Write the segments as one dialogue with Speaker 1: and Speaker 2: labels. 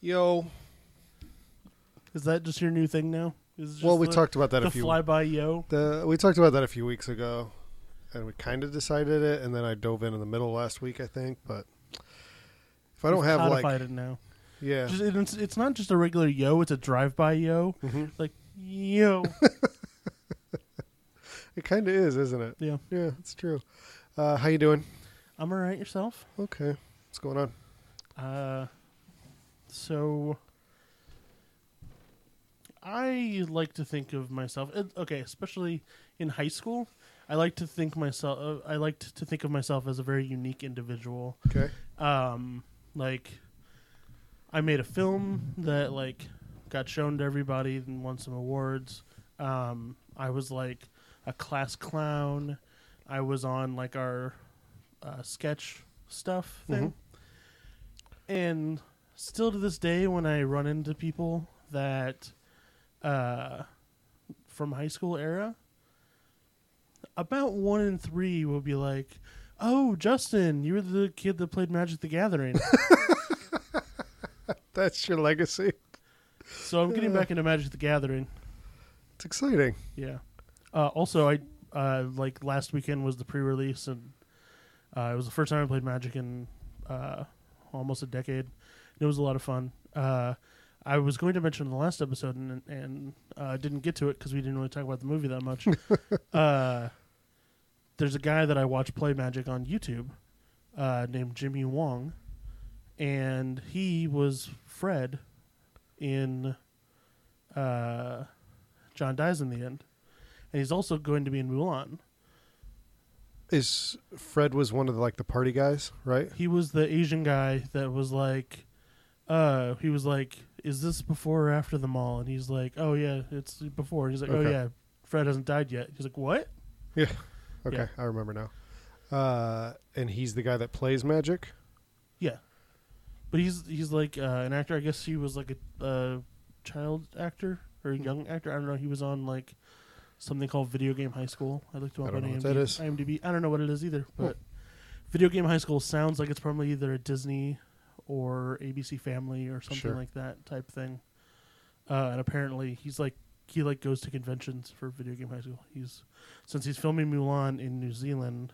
Speaker 1: yo,
Speaker 2: Is that just your new thing now? Is it just
Speaker 3: Well, we
Speaker 2: the-
Speaker 3: talked about that
Speaker 2: the
Speaker 3: a few.
Speaker 2: flyby yo.
Speaker 3: The, we talked about that a few weeks ago, and we kind of decided it, and then I dove in in the middle last week, I think. But if I don't
Speaker 2: We've
Speaker 3: have
Speaker 2: codified
Speaker 3: like,
Speaker 2: it now.
Speaker 3: yeah,
Speaker 2: Just, it's, it's not just a regular yo; it's a drive-by yo.
Speaker 3: Mhm.
Speaker 2: Like yo,
Speaker 3: it kind of is, isn't it?
Speaker 2: yeah.
Speaker 3: Yeah, it's true. Uh, how you doing?
Speaker 2: I'm all right. Yourself?
Speaker 3: Okay, what's going on?
Speaker 2: Uh, so I like to think of myself. uh, Okay, especially in high school, I like to think myself. Uh, I liked to think of myself as a very unique individual.
Speaker 3: Okay,
Speaker 2: um like i made a film that like got shown to everybody and won some awards um i was like a class clown i was on like our uh, sketch stuff thing and still to this day when i run into people that uh from high school era about one in three will be like Oh, Justin, you were the kid that played Magic the Gathering.
Speaker 3: that's your legacy.
Speaker 2: so I'm getting back into Magic the Gathering.
Speaker 3: It's exciting.
Speaker 2: Yeah. Uh, also, I uh, like last weekend was the pre-release, and uh, it was the first time I played Magic in uh, almost a decade. And it was a lot of fun. Uh, I was going to mention in the last episode, and and uh, didn't get to it because we didn't really talk about the movie that much. uh, there's a guy that I watch play Magic on YouTube uh, named Jimmy Wong, and he was Fred in. Uh, John dies in the end, and he's also going to be in Mulan.
Speaker 3: Is Fred was one of the, like the party guys, right?
Speaker 2: He was the Asian guy that was like, uh, he was like, "Is this before or after the mall?" And he's like, "Oh yeah, it's before." And he's like, "Oh
Speaker 3: Okay.
Speaker 2: yeah, Fred hasn't died yet." He's like, "What?"
Speaker 3: Yeah. Okay,
Speaker 2: Yeah.
Speaker 3: I remember now. Uh, and he's the guy that plays magic.
Speaker 2: Yeah, but he's he's like uh, an actor. I guess he was like a uh, child actor or a
Speaker 3: Hmm.
Speaker 2: young actor. I don't know. He was on like something called Video Game High School. I looked him
Speaker 3: I
Speaker 2: up
Speaker 3: don't
Speaker 2: on
Speaker 3: know what
Speaker 2: IMDb,
Speaker 3: that is.
Speaker 2: IMDb. I don't know what it is either.
Speaker 3: Hmm.
Speaker 2: But Video Game High School sounds like it's probably either a Disney or ABC Family or something
Speaker 3: Sure.
Speaker 2: like that type thing. Uh, and apparently he's like he like goes to conventions for Video Game High School. He's since he's filming Mulan in New Zealand.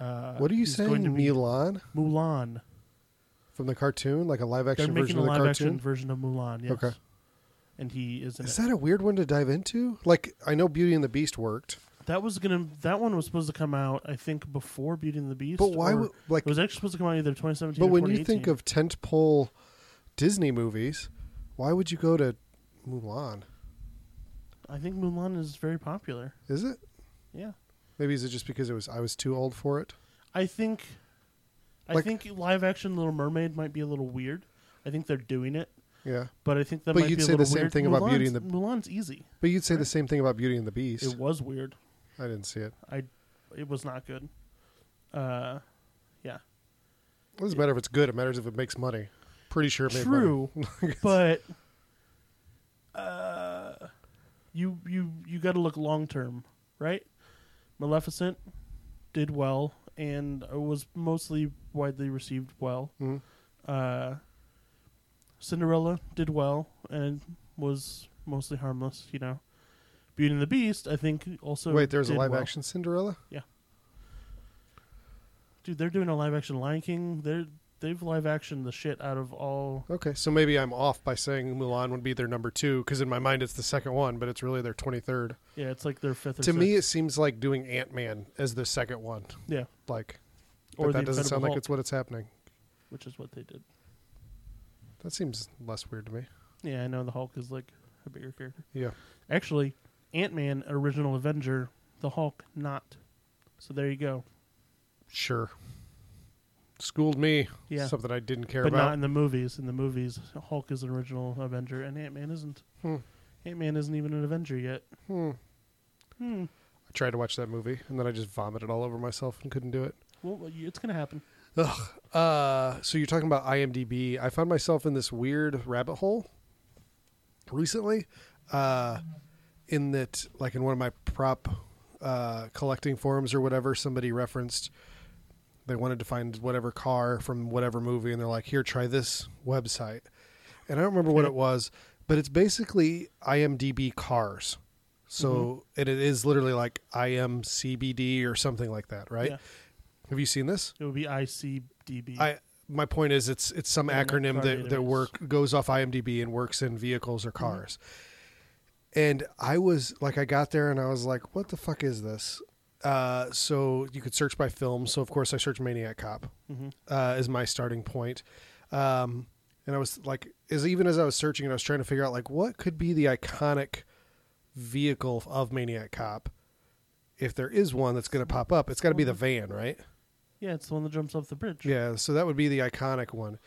Speaker 2: Uh,
Speaker 3: what are you
Speaker 2: he's going
Speaker 3: saying,
Speaker 2: to be-
Speaker 3: Milan?
Speaker 2: Mulan.
Speaker 3: From the cartoon, like a live
Speaker 2: They're
Speaker 3: action
Speaker 2: making
Speaker 3: version
Speaker 2: a
Speaker 3: of the
Speaker 2: live
Speaker 3: cartoon.
Speaker 2: action version of Mulan. Yes.
Speaker 3: Okay.
Speaker 2: And he is in
Speaker 3: Is
Speaker 2: it.
Speaker 3: that a weird one to dive into? Like, I know Beauty and the Beast worked,
Speaker 2: That was gonna. That one was supposed to come out, I think, before Beauty and the Beast.
Speaker 3: but why?
Speaker 2: or-
Speaker 3: Would, like,
Speaker 2: it was actually supposed to come out either 2017.
Speaker 3: but
Speaker 2: or
Speaker 3: when you think
Speaker 2: 2018.
Speaker 3: of tentpole Disney movies, why would you go to Mulan?
Speaker 2: I think Mulan is very popular.
Speaker 3: Is it?
Speaker 2: Yeah.
Speaker 3: Maybe is it just because it was I was too old for it?
Speaker 2: I think. I
Speaker 3: Like-
Speaker 2: think live action Little Mermaid might be a little weird. I think they're doing it,
Speaker 3: Yeah,
Speaker 2: but I think that
Speaker 3: But
Speaker 2: might
Speaker 3: you'd
Speaker 2: be a
Speaker 3: say
Speaker 2: little
Speaker 3: the same
Speaker 2: weird.
Speaker 3: thing about Beauty
Speaker 2: Mulan's-
Speaker 3: and
Speaker 2: Mulan's easy.
Speaker 3: but you'd say the same thing about Beauty and the Beast.
Speaker 2: It was weird.
Speaker 3: I didn't see it.
Speaker 2: I. It was not good. Uh, yeah.
Speaker 3: It doesn't matter if it's good. It matters if it makes money. Pretty sure it made
Speaker 2: True,
Speaker 3: money.
Speaker 2: but uh, you you you got to look long term, right? Maleficent did well and was mostly widely received well.
Speaker 3: Mhm.
Speaker 2: Uh, Cinderella did well and was mostly harmless, you know. Beauty and the Beast, I think, also
Speaker 3: Wait, there's a
Speaker 2: did
Speaker 3: live
Speaker 2: well.
Speaker 3: action Cinderella.
Speaker 2: Dude, they're doing a live action Lion King. They're they've live action the shit out of all
Speaker 3: Okay, so maybe I'm off by saying Mulan would be their number two because in my mind it's the second one, but it's really their twenty third.
Speaker 2: yeah. It's like their fifth or
Speaker 3: To me,
Speaker 2: sixth.
Speaker 3: it seems like doing Ant Man as the second one.
Speaker 2: yeah,
Speaker 3: Like,
Speaker 2: or
Speaker 3: but
Speaker 2: the
Speaker 3: that doesn't
Speaker 2: Incredible
Speaker 3: sound like
Speaker 2: Hulk,
Speaker 3: it's what it's happening.
Speaker 2: which is what they did.
Speaker 3: That seems less weird to me.
Speaker 2: Yeah, I know the Hulk is like a bigger character.
Speaker 3: Yeah.
Speaker 2: Actually, Ant Man, original Avenger, the Hulk not. So there you go.
Speaker 3: Sure. Schooled me.
Speaker 2: Yeah.
Speaker 3: Something I didn't care
Speaker 2: But not
Speaker 3: about.
Speaker 2: in the movies. In the movies, Hulk is an original Avenger and Ant Man isn't.
Speaker 3: Hmm.
Speaker 2: Ant Man isn't even an Avenger yet.
Speaker 3: Hmm.
Speaker 2: Hmm.
Speaker 3: I tried to watch that movie and then I just vomited all over myself and couldn't do it.
Speaker 2: Well, it's gonna happen.
Speaker 3: Ugh. Uh, so you're talking about IMDb. I found myself in this weird rabbit hole recently. Uh, in that, like in one of my prop uh, collecting forums or whatever, somebody referenced they wanted to find whatever car from whatever movie, and they're like, "Here, try this website." and I don't remember what it was, but it's basically IMDb cars. So and it is literally like IMCBD or something like that, right?
Speaker 2: Yeah.
Speaker 3: Have you seen this?
Speaker 2: It would be ICDB.
Speaker 3: I my point is it's it's some
Speaker 2: Yeah, like
Speaker 3: acronym
Speaker 2: car
Speaker 3: that, that
Speaker 2: database.
Speaker 3: work goes off IMDb and works in vehicles or cars. And I was like I got there and I was like, what the fuck is this? Uh, so you could search by film. So of course I searched Maniac Cop
Speaker 2: Mhm.
Speaker 3: uh, is my starting point. Um, and I was like, as even as I was searching and I was trying to figure out like what could be the iconic vehicle of Maniac Cop, if there is one that's going to pop up, it's got to be the van, right?
Speaker 2: yeah, it's the one that jumps off the bridge.
Speaker 3: Yeah, so that would be the iconic one.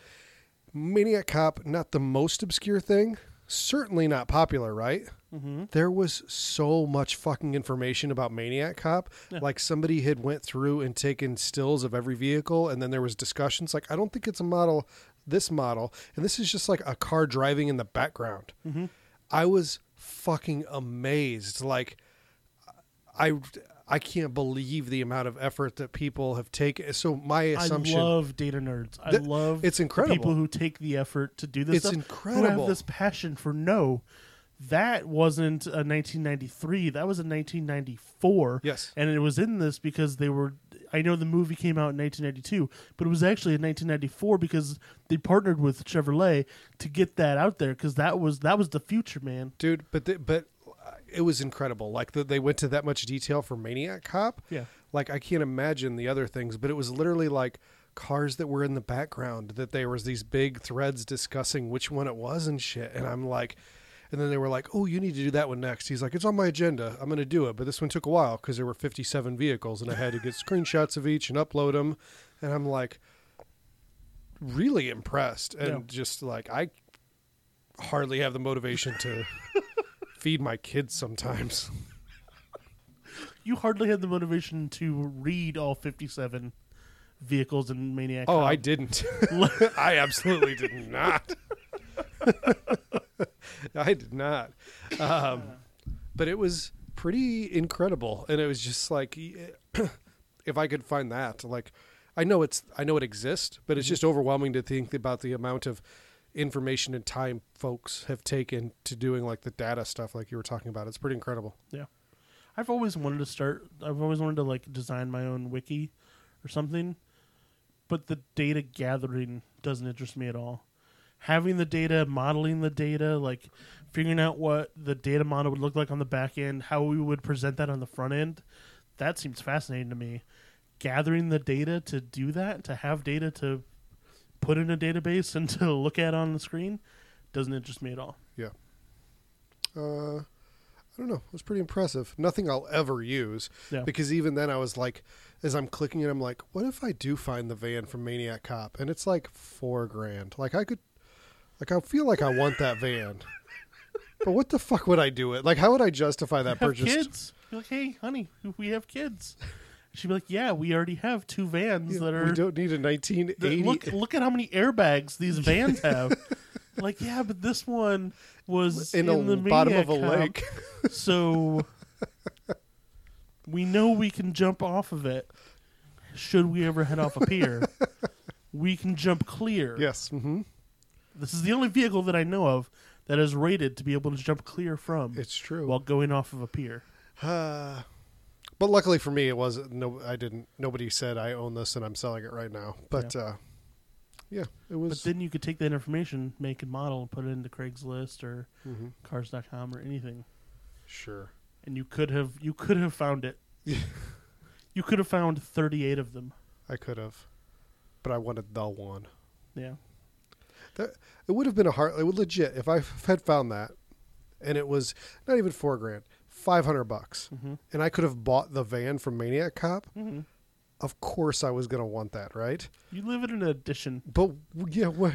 Speaker 3: Maniac Cop, not the most obscure thing, certainly not popular, right?
Speaker 2: Mm-hmm.
Speaker 3: There was so much fucking information about Maniac Cop.
Speaker 2: Yeah.
Speaker 3: Like somebody had went through and taken stills of every vehicle and then there was discussions like I don't think it's a model this model and this is just like a car driving in the background.
Speaker 2: Mm-hmm.
Speaker 3: I was fucking amazed. Like, I I can't believe the amount of effort that people have taken. So my assumption,
Speaker 2: I love data nerds. I
Speaker 3: Th-
Speaker 2: love
Speaker 3: it's
Speaker 2: the
Speaker 3: incredible.
Speaker 2: people who take the effort to do this.
Speaker 3: It's
Speaker 2: stuff, Who
Speaker 3: incredible.
Speaker 2: have this passion for no, that wasn't a 1993. That was a 1994.
Speaker 3: yes,
Speaker 2: And it was in this because they were. I know the movie came out in 1992, but it was actually in 1994 because they partnered with Chevrolet to get that out there because that was that was the future, man.
Speaker 3: dude. But the, but uh, it was incredible. Like that they went to that much detail for Maniac Cop.
Speaker 2: Yeah.
Speaker 3: Like I can't imagine the other things, but it was literally like cars that were in the background that there was these big threads discussing which one it was and shit. And I'm like. And then they were like, "Oh, you need to do that one next." He's like, "It's on my agenda. I'm going to do it." But this one took a while because there were 57 vehicles, and I had to get screenshots of each and upload them. And I'm like, really impressed, and
Speaker 2: Yeah.
Speaker 3: just like I hardly have the motivation to feed my kids sometimes.
Speaker 2: You hardly had the motivation to read all 57 vehicles in Maniac.
Speaker 3: Oh,
Speaker 2: Cop.
Speaker 3: I didn't. I absolutely did not. I did not. Um, but it was pretty incredible, and it was just like, if I could find that, like, I know it's, I know it exists, but it's just overwhelming to think about the amount of information and time folks have taken to doing like the data stuff, like you were talking about. It's pretty incredible.
Speaker 2: Yeah, I've always wanted to start. I've always wanted to like design my own wiki or something, but the data gathering doesn't interest me at all. Having the data, modeling the data, like figuring out what the data model would look like on the back end, how we would present that on the front end, that seems fascinating to me. Gathering the data to do that, to have data to put in a database and to look at on the screen, doesn't interest me at all.
Speaker 3: Yeah. Uh, I don't know. It was pretty impressive. Nothing I'll ever use
Speaker 2: Yeah.
Speaker 3: because even then I was like, as I'm clicking it, I'm like, what if I do find the van from Maniac Cop and it's like four grand? Like I could, like I feel like I want that van, but what the fuck would I do it? Like how would I justify that
Speaker 2: have
Speaker 3: purchase?
Speaker 2: kids. Be like, hey, honey, we have kids. She'd be like, yeah, we already have two vans that
Speaker 3: we
Speaker 2: are.
Speaker 3: don't need a 1980.
Speaker 2: that- look, look at how many airbags these vans have. like, yeah, but this one was
Speaker 3: in,
Speaker 2: in,
Speaker 3: the
Speaker 2: the
Speaker 3: bottom of a
Speaker 2: Maniac Cop,
Speaker 3: lake.
Speaker 2: so we know we can jump off of it. Should we ever head off a pier, we can jump clear.
Speaker 3: yes. hmm
Speaker 2: This is the only vehicle that I know of that is rated to be able to jump clear from
Speaker 3: It's true.
Speaker 2: while going off of a pier.
Speaker 3: Uh, but luckily for me, it wasn't. No, I didn't. Nobody said I own this and I'm selling it right now. But yeah, uh, yeah it
Speaker 2: But
Speaker 3: was.
Speaker 2: then you could take that information, make a model, and put it into Craigslist or
Speaker 3: Mhm.
Speaker 2: Cars.com or anything,
Speaker 3: Sure.
Speaker 2: and you could have you could have found it. you could have found thirty eight of them.
Speaker 3: I could have, but I wanted the one.
Speaker 2: Yeah,
Speaker 3: That, it would have been a hard. It would legit if I f- had found that, and it was not even four grand, five hundred bucks,
Speaker 2: Mhm.
Speaker 3: and I could have bought the van from Maniac Cop.
Speaker 2: Mhm.
Speaker 3: Of course, I was gonna want that, right?
Speaker 2: you live in an addition.
Speaker 3: But yeah, what?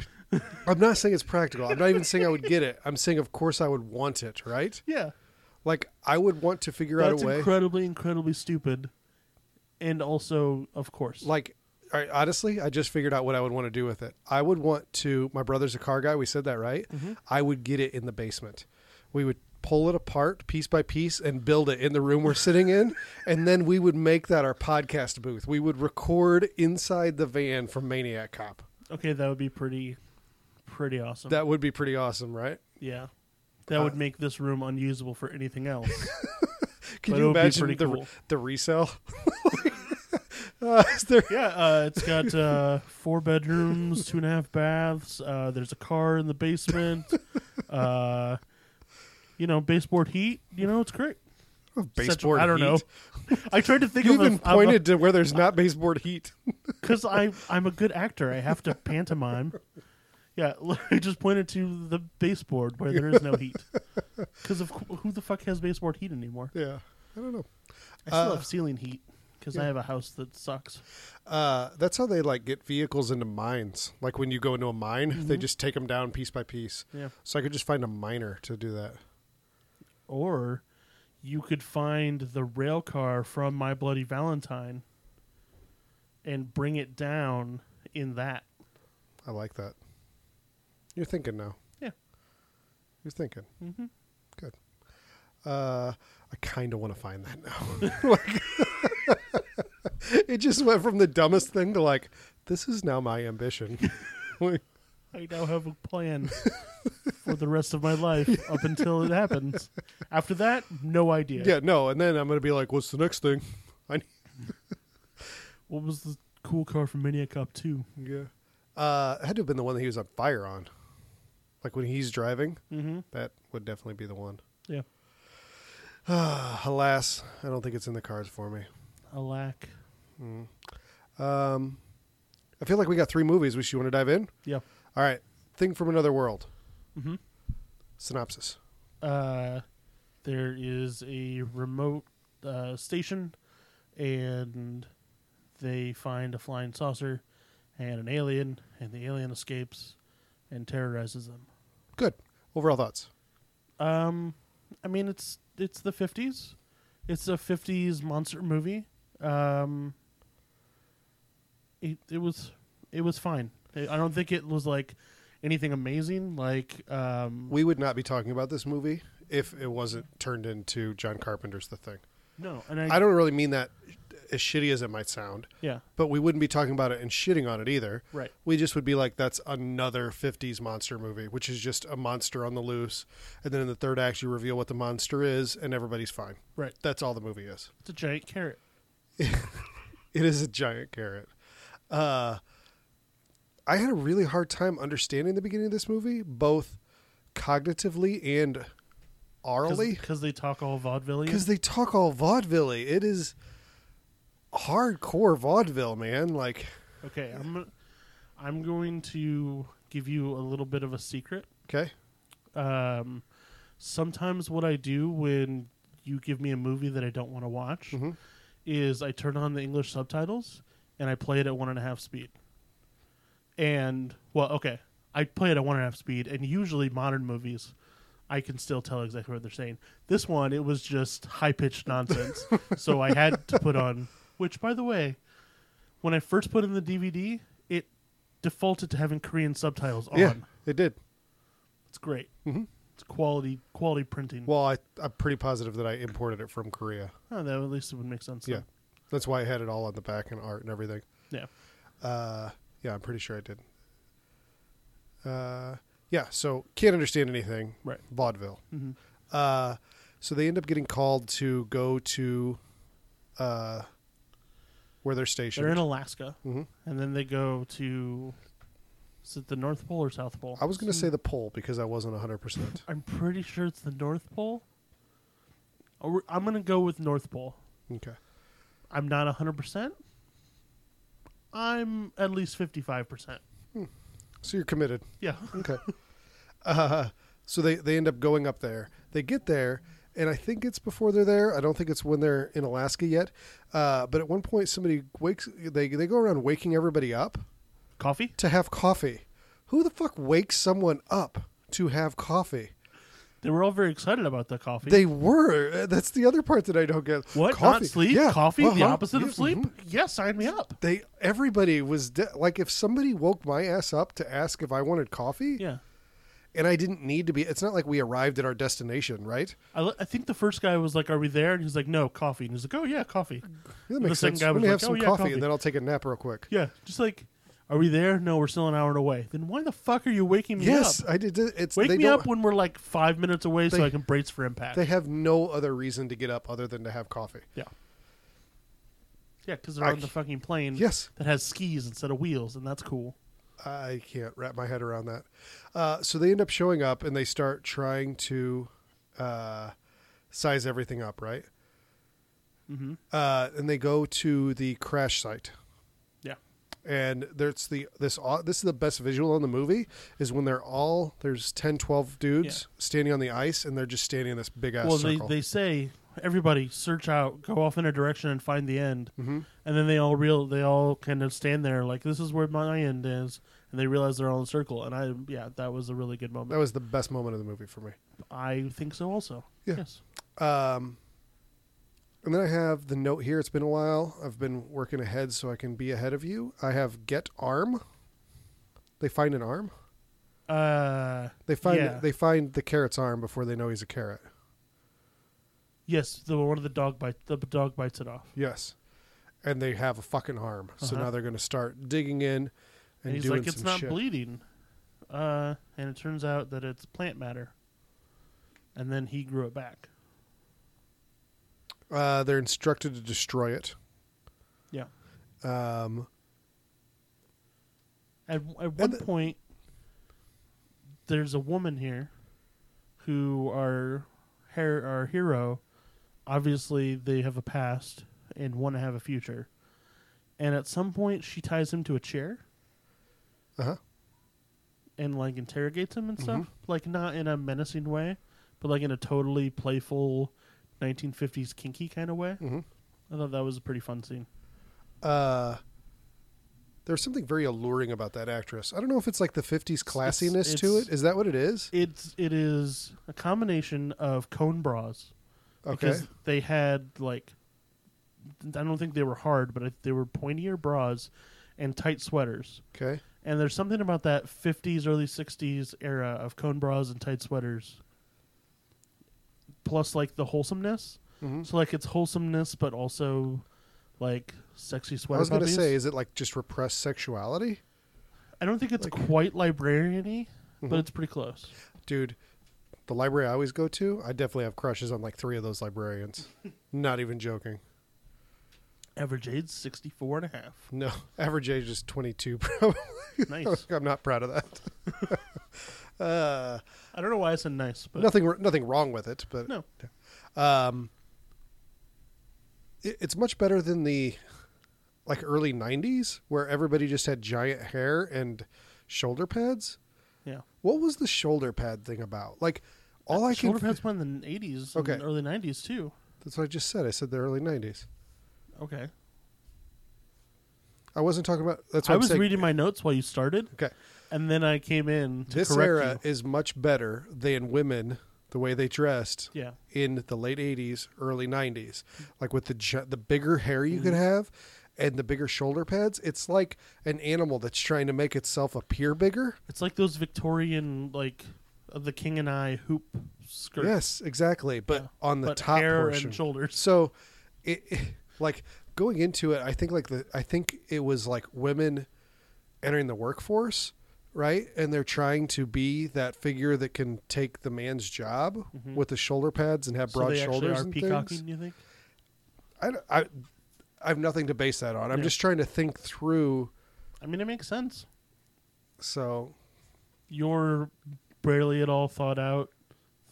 Speaker 3: I'm not saying it's practical. I'm not even saying I would get it. I'm saying, of course, I would want it, right?
Speaker 2: Yeah,
Speaker 3: Like I would want to figure out
Speaker 2: that's
Speaker 3: a way.
Speaker 2: incredibly incredibly stupid, and also of course,
Speaker 3: like all right, honestly, I just figured out what I would want to do with it. I would want to. My brother's a car guy. We said that right.
Speaker 2: Mm-hmm.
Speaker 3: I would get it in the basement. We would pull it apart piece by piece and build it in the room we're sitting in, and then we would make that our podcast booth. We would record inside the van from Maniac Cop.
Speaker 2: okay, that would be pretty pretty awesome.
Speaker 3: That would be pretty awesome, right?
Speaker 2: yeah, that
Speaker 3: Uh,
Speaker 2: would make this room unusable for anything else.
Speaker 3: Can
Speaker 2: But it
Speaker 3: you
Speaker 2: would be
Speaker 3: imagine
Speaker 2: pretty
Speaker 3: the
Speaker 2: cool.
Speaker 3: the resale? uh, is there
Speaker 2: yeah, uh, it's got uh, four bedrooms, two and a half baths. Uh, there's a car in the basement. Uh, you know, baseboard heat. You know, it's great.
Speaker 3: baseboard?
Speaker 2: Such- I don't
Speaker 3: heat?
Speaker 2: know. I tried to think
Speaker 3: You
Speaker 2: of
Speaker 3: even
Speaker 2: a,
Speaker 3: pointed to where there's not baseboard heat.
Speaker 2: because I I'm a good actor. I have to pantomime. Yeah, I just pointed to the baseboard where there is no heat. Because of cou- who the fuck has baseboard heat anymore?
Speaker 3: yeah, I don't know.
Speaker 2: I still
Speaker 3: Uh,
Speaker 2: have ceiling heat because I
Speaker 3: yeah.
Speaker 2: have a house that sucks.
Speaker 3: Uh, that's how they like get vehicles into mines. Like when you go into a mine,
Speaker 2: Mm-hmm.
Speaker 3: they just take them down piece by piece.
Speaker 2: Yeah.
Speaker 3: So I could just find a miner to do that.
Speaker 2: Or you could find the rail car from My Bloody Valentine and bring it down in that.
Speaker 3: I like that. You're thinking now.
Speaker 2: Yeah.
Speaker 3: You're thinking.
Speaker 2: Mm-hmm.
Speaker 3: Good. Uh, I kind of want to find that now. like, it just went from the dumbest thing to like, this is now my ambition. Like,
Speaker 2: I now have a plan for the rest of my life up until it happens. After that, no idea.
Speaker 3: yeah, no. And then I'm going to be like, what's the next thing? I need-
Speaker 2: What was the cool car from Maniac Cop 2?
Speaker 3: yeah. Uh, it had to have been the one that he was on fire on. Like when he's driving,
Speaker 2: Mm-hmm.
Speaker 3: that would definitely be the one.
Speaker 2: Yeah.
Speaker 3: alas, I don't think it's in the cards for me.
Speaker 2: Alack.
Speaker 3: Um, I feel like we got three movies. We should want to dive in.
Speaker 2: Yeah.
Speaker 3: All right, Thing from Another World.
Speaker 2: Mm-hmm.
Speaker 3: Synopsis.
Speaker 2: Uh, there is a remote uh, station, and they find a flying saucer and an alien, and the alien escapes and terrorizes them.
Speaker 3: Good. Overall thoughts.
Speaker 2: Um, I mean, it's it's the fifties. It's a fifties monster movie. Um, it it was it was fine. I I don't think it was like anything amazing. Like um,
Speaker 3: We would not be talking about this movie if it wasn't turned into John Carpenter's The Thing.
Speaker 2: no, and I,
Speaker 3: I don't really mean that as shitty as it might sound,
Speaker 2: yeah
Speaker 3: but we wouldn't be talking about it and shitting on it either.
Speaker 2: right
Speaker 3: We just would be like, that's another 50s monster movie, which is just a monster on the loose. And then in the third act, you reveal what the monster is, and everybody's fine.
Speaker 2: right.
Speaker 3: That's all the movie is.
Speaker 2: It's a giant carrot.
Speaker 3: It is a giant carrot. Uh, I had a really hard time understanding the beginning of this movie, both cognitively and orally,
Speaker 2: because they talk all vaudevillian.
Speaker 3: because they talk all vaudeville. It is hardcore vaudeville, man. Like,
Speaker 2: Okay, I'm I'm going to give you a little bit of a secret.
Speaker 3: okay,
Speaker 2: um, sometimes what I do when you give me a movie that I don't want to watch
Speaker 3: Mhm.
Speaker 2: is I turn on the English subtitles and I play it at one and a half speed. And well, okay, I play it at one and a half speed, and usually modern movies. I can still tell exactly what they're saying. This one, it was just high pitched nonsense. so I had to put on, which, by the way, when I first put in the DVD, it defaulted to having Korean subtitles on.
Speaker 3: yeah, it did.
Speaker 2: It's great. It's quality quality printing.
Speaker 3: Mm-hmm. Well, I, I'm pretty positive that I imported it from Korea.
Speaker 2: oh, that at least it would make sense.
Speaker 3: Yeah,
Speaker 2: then.
Speaker 3: that's why I had it all on the back and art and everything.
Speaker 2: yeah.
Speaker 3: Uh, yeah, I'm pretty sure I did. Uh, yeah, so can't understand anything.
Speaker 2: Right.
Speaker 3: Vaudeville.
Speaker 2: Mhm.
Speaker 3: Uh, so they end up getting called to go to uh, where they're stationed.
Speaker 2: They're in Alaska,
Speaker 3: Mhm.
Speaker 2: and then they go to is it the North Pole or South Pole?
Speaker 3: I was going to say the pole because I wasn't 100%.
Speaker 2: I'm pretty sure it's the North Pole. Or- I'm going to go with North Pole.
Speaker 3: okay.
Speaker 2: I'm not 100. percent I'm at least 55 percent.
Speaker 3: So you're committed.
Speaker 2: Yeah.
Speaker 3: Okay. uh, so they, they end up going up there. They get there, and I think it's before they're there. I don't think it's when they're in Alaska yet. Uh, but at one point, somebody wakes, they, they go around waking everybody up.
Speaker 2: Coffee.
Speaker 3: to have coffee. Who the fuck wakes someone up to have coffee?
Speaker 2: They were all very excited about the coffee.
Speaker 3: They were. That's the other part that I don't get.
Speaker 2: what?
Speaker 3: Coffee.
Speaker 2: Not sleep?
Speaker 3: Yeah.
Speaker 2: Coffee? The
Speaker 3: Uh-huh.
Speaker 2: opposite
Speaker 3: Yeah,
Speaker 2: of sleep?
Speaker 3: mhm.
Speaker 2: Yeah. Sign me up.
Speaker 3: They everybody was de- like if somebody woke my ass up to ask if I wanted coffee
Speaker 2: Yeah.
Speaker 3: and I didn't need to be it's not like we arrived at our destination, right?
Speaker 2: I, li- I think the first guy was like, "Are we there?" And he's like, "No, coffee." And he's like, "Oh yeah, coffee."
Speaker 3: That
Speaker 2: The
Speaker 3: makes
Speaker 2: second
Speaker 3: sense.
Speaker 2: guy
Speaker 3: Let
Speaker 2: was
Speaker 3: me
Speaker 2: like,
Speaker 3: have some
Speaker 2: "Oh, yeah,
Speaker 3: coffee,
Speaker 2: coffee."
Speaker 3: and then I'll take a nap real quick.
Speaker 2: Yeah, just like Are we there? No, we're still an hour away. Then why the fuck are you waking me
Speaker 3: yes,
Speaker 2: up?
Speaker 3: I did. It's
Speaker 2: Wake
Speaker 3: they
Speaker 2: me
Speaker 3: don't-
Speaker 2: up when we're like five minutes away so
Speaker 3: They-
Speaker 2: I can brace for impact.
Speaker 3: They have no other reason to get up other than to have coffee.
Speaker 2: yeah. Yeah, because they're
Speaker 3: I
Speaker 2: on the
Speaker 3: c-
Speaker 2: fucking plane
Speaker 3: Yes,
Speaker 2: that has skis instead of wheels, and that's cool.
Speaker 3: I can't wrap my head around that. Uh, so they end up showing up and they start trying to uh, size everything up, right?
Speaker 2: Mm-hmm.
Speaker 3: Uh, and they go to the crash site.
Speaker 2: Yeah.
Speaker 3: and there's the this au- this is the best visual in the movie is when they're all there's 10 12 dudes standing on the ice and they're just standing in this big ass
Speaker 2: Well, they,
Speaker 3: circle
Speaker 2: they say everybody search out, go off in a direction and find the end,
Speaker 3: hmm
Speaker 2: and then they all real they all kind of stand there like this is where my end is, and they realize they're all in a circle. And I yeah, that was a really good moment.
Speaker 3: that was the best moment of the movie for me
Speaker 2: I think so also.
Speaker 3: Yeah.
Speaker 2: Yes.
Speaker 3: um and then I have the note here. It's been a while. I've been working ahead so I can be ahead of you. I have get arm. They find an arm.
Speaker 2: Uh,
Speaker 3: They find
Speaker 2: Yeah.
Speaker 3: they find the carrot's arm before they know he's a carrot.
Speaker 2: yes, the one of the dog bite the dog bites it off.
Speaker 3: Yes. And they have a fucking arm. So
Speaker 2: Uh-huh.
Speaker 3: now they're going to start digging in
Speaker 2: And,
Speaker 3: and,
Speaker 2: he's
Speaker 3: doing
Speaker 2: like, "It's
Speaker 3: some
Speaker 2: not
Speaker 3: shit.
Speaker 2: bleeding," uh, and it turns out that it's plant matter. And then he grew it back.
Speaker 3: Uh, they're instructed to destroy it.
Speaker 2: Yeah.
Speaker 3: Um,
Speaker 2: At, at one
Speaker 3: the-
Speaker 2: point, there's a woman here who our her, our hero. Obviously, they have a past and want to have a future. And at some point, she ties him to a chair
Speaker 3: uh-huh. Mm-hmm.
Speaker 2: and like interrogates him and stuff. Like not in a menacing way, but like in a totally playful, 1950s kinky kind of way.
Speaker 3: Mhm.
Speaker 2: I thought that was a pretty fun scene.
Speaker 3: Uh, there's something very alluring about that actress. I don't know if it's like the 50s classiness
Speaker 2: it's-
Speaker 3: to it. Is that what it is?
Speaker 2: It's it is a combination of cone bras.
Speaker 3: Okay.
Speaker 2: because they had like I don't think they were hard, but I- they were pointier bras and tight sweaters.
Speaker 3: okay.
Speaker 2: And there's something about that 50s, early 60s era of cone bras and tight sweaters, plus like the wholesomeness.
Speaker 3: hmm
Speaker 2: So like it's wholesomeness, but also like sexy
Speaker 3: I
Speaker 2: sweater.
Speaker 3: was going to
Speaker 2: puppies.
Speaker 3: say, is it like just repressed sexuality?
Speaker 2: I don't think it's quite librarian-y,
Speaker 3: Mm-hmm.
Speaker 2: but it's pretty close.
Speaker 3: Dude, the library I always go to, I definitely have crushes on like three of those librarians. Not even joking.
Speaker 2: Average age 64 and a half.
Speaker 3: No, average age is 22, probably.
Speaker 2: Nice.
Speaker 3: I'm not proud of that. uh,
Speaker 2: I don't know why I said nice, but
Speaker 3: nothing, nothing wrong with it, but
Speaker 2: no.
Speaker 3: Um, it, it's much better than the like early '90s where everybody just had giant hair and shoulder pads.
Speaker 2: Yeah.
Speaker 3: What was the shoulder pad thing about? Like, all I can
Speaker 2: shoulder pads went in the 80s
Speaker 3: Okay.
Speaker 2: and early 90s too.
Speaker 3: that's what I just said. I said the early '90s.
Speaker 2: Okay.
Speaker 3: I wasn't talking about. That's what
Speaker 2: I
Speaker 3: I'm
Speaker 2: was
Speaker 3: saying.
Speaker 2: reading my notes while you started,
Speaker 3: Okay,
Speaker 2: and then I came in to
Speaker 3: this
Speaker 2: correct
Speaker 3: era
Speaker 2: you.
Speaker 3: is much better than women the way they dressed
Speaker 2: Yeah.
Speaker 3: in the late 80s early 90s like with the ju- the bigger hair you could
Speaker 2: Mm-hmm.
Speaker 3: have and the bigger shoulder pads it's like an animal that's trying to make itself appear bigger
Speaker 2: It's like those Victorian, like, of the King and I hoop skirt.
Speaker 3: yes exactly but
Speaker 2: Yeah.
Speaker 3: on the
Speaker 2: but
Speaker 3: top
Speaker 2: hair
Speaker 3: portion
Speaker 2: and shoulders.
Speaker 3: so it, it- like going into it i think like the i think it was like women entering the workforce right and they're trying to be that figure that can take the man's job with the shoulder pads and have
Speaker 2: Mm-hmm. so
Speaker 3: broad
Speaker 2: they actually
Speaker 3: shoulders
Speaker 2: are
Speaker 3: and
Speaker 2: peacocking,
Speaker 3: things.
Speaker 2: you think?
Speaker 3: I, I, I have nothing to base that on. I'm
Speaker 2: Yeah.
Speaker 3: just trying to think through.
Speaker 2: I mean, it makes sense.
Speaker 3: So
Speaker 2: Your barely at all thought out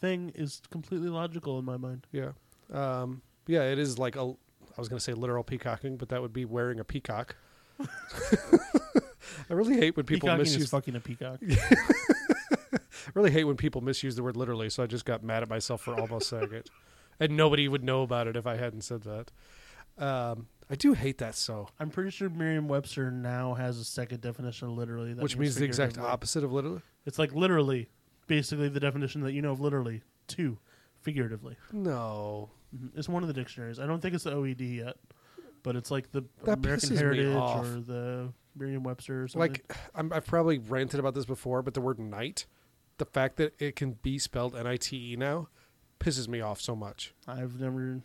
Speaker 2: thing is completely logical in my mind.
Speaker 3: yeah, um, yeah, it is like a. I was going to say literal peacocking, but that would be wearing a peacock. I really hate when people
Speaker 2: peacocking is
Speaker 3: misuse.
Speaker 2: fucking a peacock.
Speaker 3: I really hate when people misuse the word literally. So I just got mad at myself for almost saying it, and nobody would know about it if I hadn't said that. Um, I do hate that so,
Speaker 2: I'm pretty sure Merriam-Webster now has a second definition of literally. That
Speaker 3: which means the exact
Speaker 2: figuratively.
Speaker 3: opposite of literally.
Speaker 2: It's like literally, basically the definition that you know of literally, two, figuratively.
Speaker 3: No,
Speaker 2: It's one of the dictionaries. I don't think it's the OED yet, but it's like the
Speaker 3: That pisses me
Speaker 2: American Heritage
Speaker 3: off.
Speaker 2: or the Merriam-Webster or something.
Speaker 3: like I'm, I've probably ranted about this before, but the word night, the fact that it can be spelled N I T E now, pisses me off so much.
Speaker 2: I've never,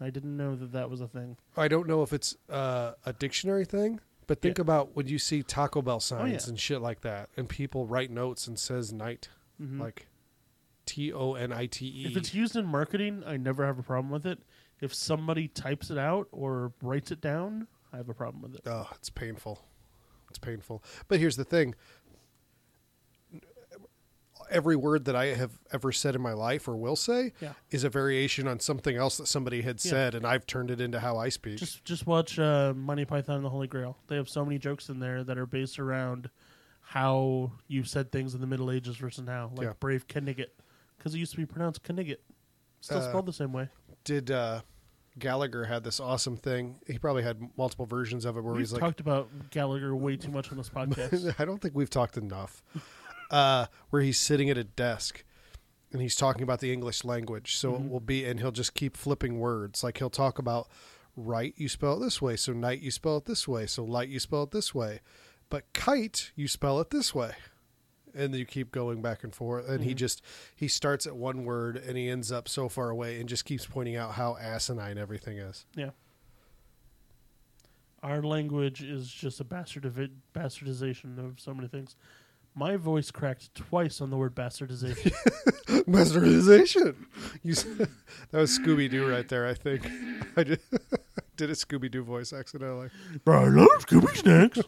Speaker 2: I didn't know that that was a thing.
Speaker 3: I don't know if it's uh, a dictionary thing But think about when you see Taco Bell signs
Speaker 2: Oh, yeah.
Speaker 3: and shit like that, and people write notes and says night,
Speaker 2: Mhm.
Speaker 3: like T O N I T
Speaker 2: If it's
Speaker 3: E.
Speaker 2: used in marketing, I never have a problem with it. If somebody types it out or writes it down, I have a problem with it.
Speaker 3: Oh, it's painful. It's painful. But here's the thing every word that I have ever said in my life or will say
Speaker 2: Yeah.
Speaker 3: is a variation on something else that somebody had
Speaker 2: Yeah.
Speaker 3: said, and I've turned it into how I speak.
Speaker 2: Just just watch uh, Money Python and the Holy Grail. They have so many jokes in there that are based around how you said things in the Middle Ages versus now, like
Speaker 3: Yeah.
Speaker 2: Brave Knigget, because it used to be pronounced Knigget. Still
Speaker 3: Uh,
Speaker 2: spelled the same way.
Speaker 3: Did uh, Gallagher had this awesome thing? He probably had multiple versions of it where
Speaker 2: We've
Speaker 3: he's like,
Speaker 2: talked about Gallagher way too much on this podcast.
Speaker 3: I don't think we've talked enough. Uh, where he's sitting at a desk and he's talking about the English language. So it will be, and he'll just keep flipping words. Like he'll talk about right, you spell it this way. So night, you spell it this way. So light, you spell it this way. But kite, you spell it this way. And then you keep going back and forth. And he just, he starts at one word and he ends up so far away and just keeps pointing out how asinine everything is.
Speaker 2: Yeah. Our language is just a bastard bastardization of so many things. My voice cracked twice on the word bastardization.
Speaker 3: Masterization. You, s- that was Scooby Doo right there. I think I did, did a Scooby Doo voice accidentally.
Speaker 2: I love Scooby Snacks.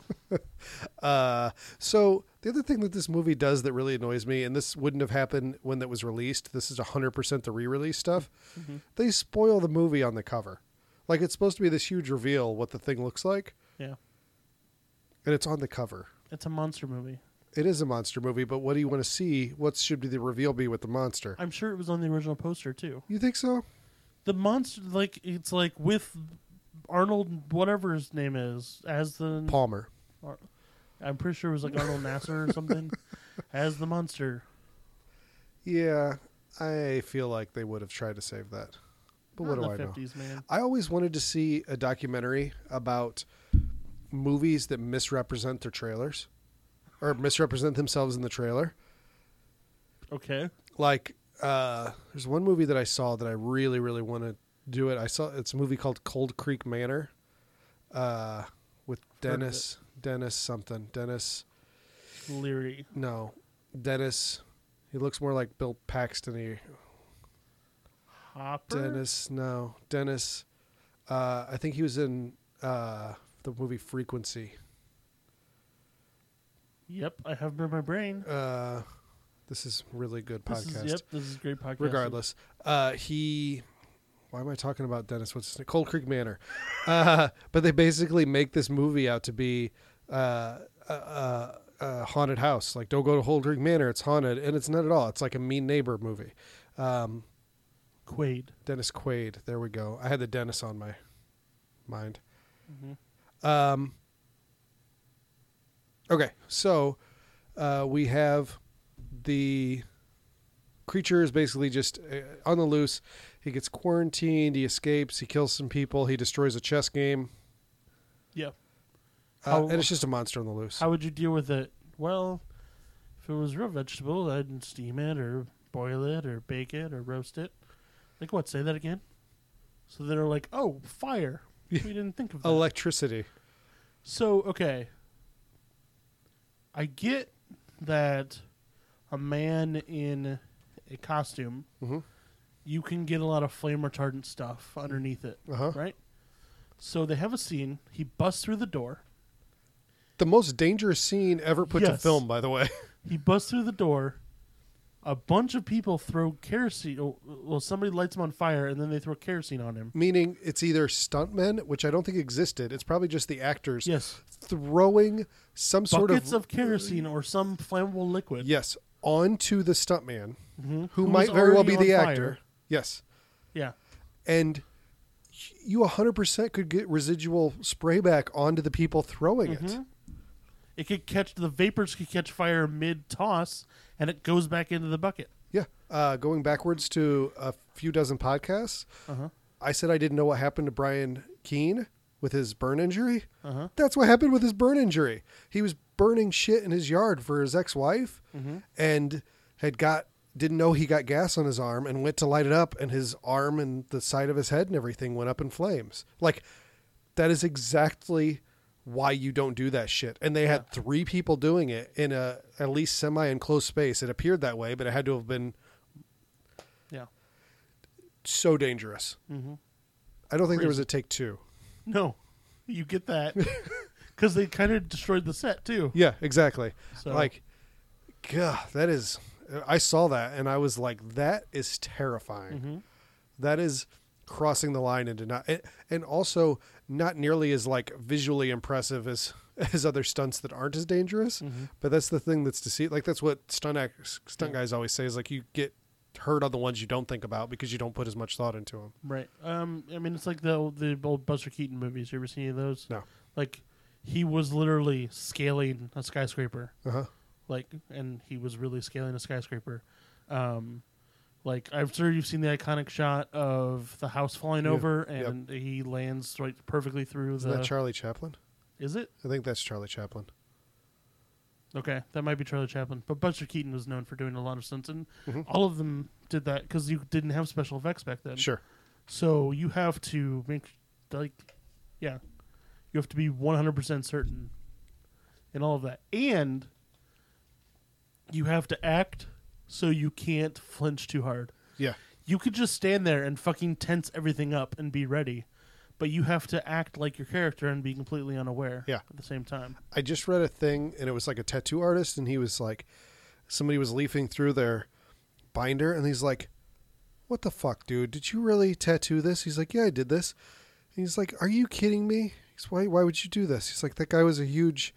Speaker 3: Uh, so the other thing that this movie does that really annoys me, and this wouldn't have happened when that was released. This is hundred percent the re-release stuff.
Speaker 2: Mm-hmm.
Speaker 3: They spoil the movie on the cover. Like it's supposed to be this huge reveal what the thing looks like,
Speaker 2: yeah,
Speaker 3: and it's on the cover.
Speaker 2: it's a monster movie.
Speaker 3: It is a monster movie, but what do you want to see? What should be the reveal be with the monster?
Speaker 2: I'm sure it was on the original poster too.
Speaker 3: You think so?
Speaker 2: The monster, like it's like with Arnold, whatever his name is, as the
Speaker 3: Palmer.
Speaker 2: Ar- I'm pretty sure it was like Arnold Nasser or something, as the monster.
Speaker 3: Yeah, I feel like they would have tried to save that. But
Speaker 2: Not
Speaker 3: what do I
Speaker 2: in the
Speaker 3: know?
Speaker 2: 50s, man.
Speaker 3: I always wanted to see a documentary about movies that misrepresent their trailers or misrepresent themselves in the trailer.
Speaker 2: Okay,
Speaker 3: Like, uh, there's one movie that I saw that I really, really want to do it. I saw it's a movie called Cold Creek Manor uh, with
Speaker 2: Heard of
Speaker 3: Dennis, Dennis something. Dennis,
Speaker 2: Leary.
Speaker 3: no, Dennis. He looks more like Bill Paxton. He
Speaker 2: Hopper.
Speaker 3: Dennis, no, Dennis. Uh, I think he was in uh, the movie Frequency.
Speaker 2: Yep, I have him in my brain.
Speaker 3: Uh, this is really good
Speaker 2: This
Speaker 3: podcast.
Speaker 2: is, yep, this is a great podcast.
Speaker 3: Regardless, uh, he. Why am I talking about Dennis? What's his name? Cold Creek Manor. Uh, but they basically make this movie out to be uh, a, a, a haunted house. Like, don't go to Cold Creek Manor; it's haunted, and it's not at all. It's like a mean neighbor movie. Um,
Speaker 2: Quaid.
Speaker 3: Dennis Quaid. There we go. I had the Dennis on my mind.
Speaker 2: Mhm.
Speaker 3: Um, okay, so uh, we have the creature is basically just uh, on the loose. He gets quarantined. He escapes. He kills some people. He destroys a chess game.
Speaker 2: Yeah.
Speaker 3: Uh,
Speaker 2: How-
Speaker 3: and it's just a monster on the loose.
Speaker 2: How would you deal with it? Well, if it was real vegetable, I'd steam it or boil it or bake it or roast it. Like what? Say that again. So they're like, oh, fire. We
Speaker 3: Yeah.
Speaker 2: didn't think of that.
Speaker 3: Electricity.
Speaker 2: So, okay. I get that a man in a costume,
Speaker 3: Mhm.
Speaker 2: you can get a lot of flame retardant stuff underneath it,
Speaker 3: Uh-huh.
Speaker 2: right? So they have a scene. He busts through the door.
Speaker 3: The most dangerous scene ever put to
Speaker 2: Yes.
Speaker 3: film, by the way.
Speaker 2: He busts through the door. A bunch of people throw kerosene. oh, Well, somebody lights him on fire, and then they throw kerosene on him.
Speaker 3: Meaning it's either stuntmen, which I don't think existed. It's probably just the actors
Speaker 2: Yes,
Speaker 3: throwing some sort
Speaker 2: buckets
Speaker 3: of
Speaker 2: of kerosene or some flammable liquid.
Speaker 3: yes onto the stuntman
Speaker 2: Mhm.
Speaker 3: who,
Speaker 2: was
Speaker 3: might very well be
Speaker 2: already on
Speaker 3: the
Speaker 2: fire.
Speaker 3: actor. Yes,
Speaker 2: Yeah,
Speaker 3: and you 100% could get residual spray back onto the people throwing
Speaker 2: Mm-hmm.
Speaker 3: it.
Speaker 2: it could catch the vapors could catch fire mid toss, and it goes back into the bucket.
Speaker 3: Yeah, uh, going backwards to a few dozen podcasts,
Speaker 2: Uh huh.
Speaker 3: I said I didn't know what happened to Brian Keene with his burn injury.
Speaker 2: Uh huh.
Speaker 3: That's what happened with his burn injury. He was burning shit in his yard for his ex-wife and had got didn't know he got gas on his arm and went to light it up and his arm and the side of his head and everything went up in flames. Like that is exactly why you don't do that shit. And they had three people doing it in a at least semi enclosed space. It appeared that way, but it had to have been
Speaker 2: Yeah.
Speaker 3: so dangerous.
Speaker 2: Mm-hmm.
Speaker 3: I don't think there was a take two.
Speaker 2: No, you get that because they kind of destroyed the set too.
Speaker 3: Yeah, exactly.
Speaker 2: So-
Speaker 3: Like, God, that is. I saw that and I was like, that is terrifying.
Speaker 2: Mhm.
Speaker 3: That is crossing the line into not, and- and also not nearly as like visually impressive as as other stunts that aren't as dangerous.
Speaker 2: Mm. mm-hmm.
Speaker 3: But that's the thing that's deceit. Like that's what stunt act, stunt guys always say is like you get hurt on the ones you don't think about because you don't put as much thought into them.
Speaker 2: Right. Um. I mean, it's like the the old Buster Keaton movies. You ever seen any of those?
Speaker 3: No.
Speaker 2: Like, he was literally scaling a skyscraper.
Speaker 3: Uh huh.
Speaker 2: Like, and he was really scaling a skyscraper. Um, like I'm sure you've seen the iconic shot of the house falling
Speaker 3: Yeah.
Speaker 2: over, and he lands right perfectly through
Speaker 3: Isn't
Speaker 2: the.
Speaker 3: that Charlie Chaplin?
Speaker 2: is it
Speaker 3: I think that's Charlie Chaplin.
Speaker 2: okay? That might be Charlie Chaplin, but Buster Keaton was known for doing a lot of stunts, and
Speaker 3: Mhm.
Speaker 2: all of them did that because you didn't have special effects back then.
Speaker 3: Sure.
Speaker 2: So you have to make like, yeah, you have to be one hundred percent certain, and all of that, and you have to act so you can't flinch too hard.
Speaker 3: Yeah.
Speaker 2: You could just stand there and fucking tense everything up and be ready, but you have to act like your character and be completely unaware.
Speaker 3: Yeah.
Speaker 2: At the same time.
Speaker 3: I just read a thing, and it was like a tattoo artist, and he was like, somebody was leafing through their binder, and he's like, "What the fuck, dude? Did you really tattoo this?" He's like, "Yeah, I did this." And he's like, "Are you kidding me?" He's why Why would you do this? He's like, "That guy was a huge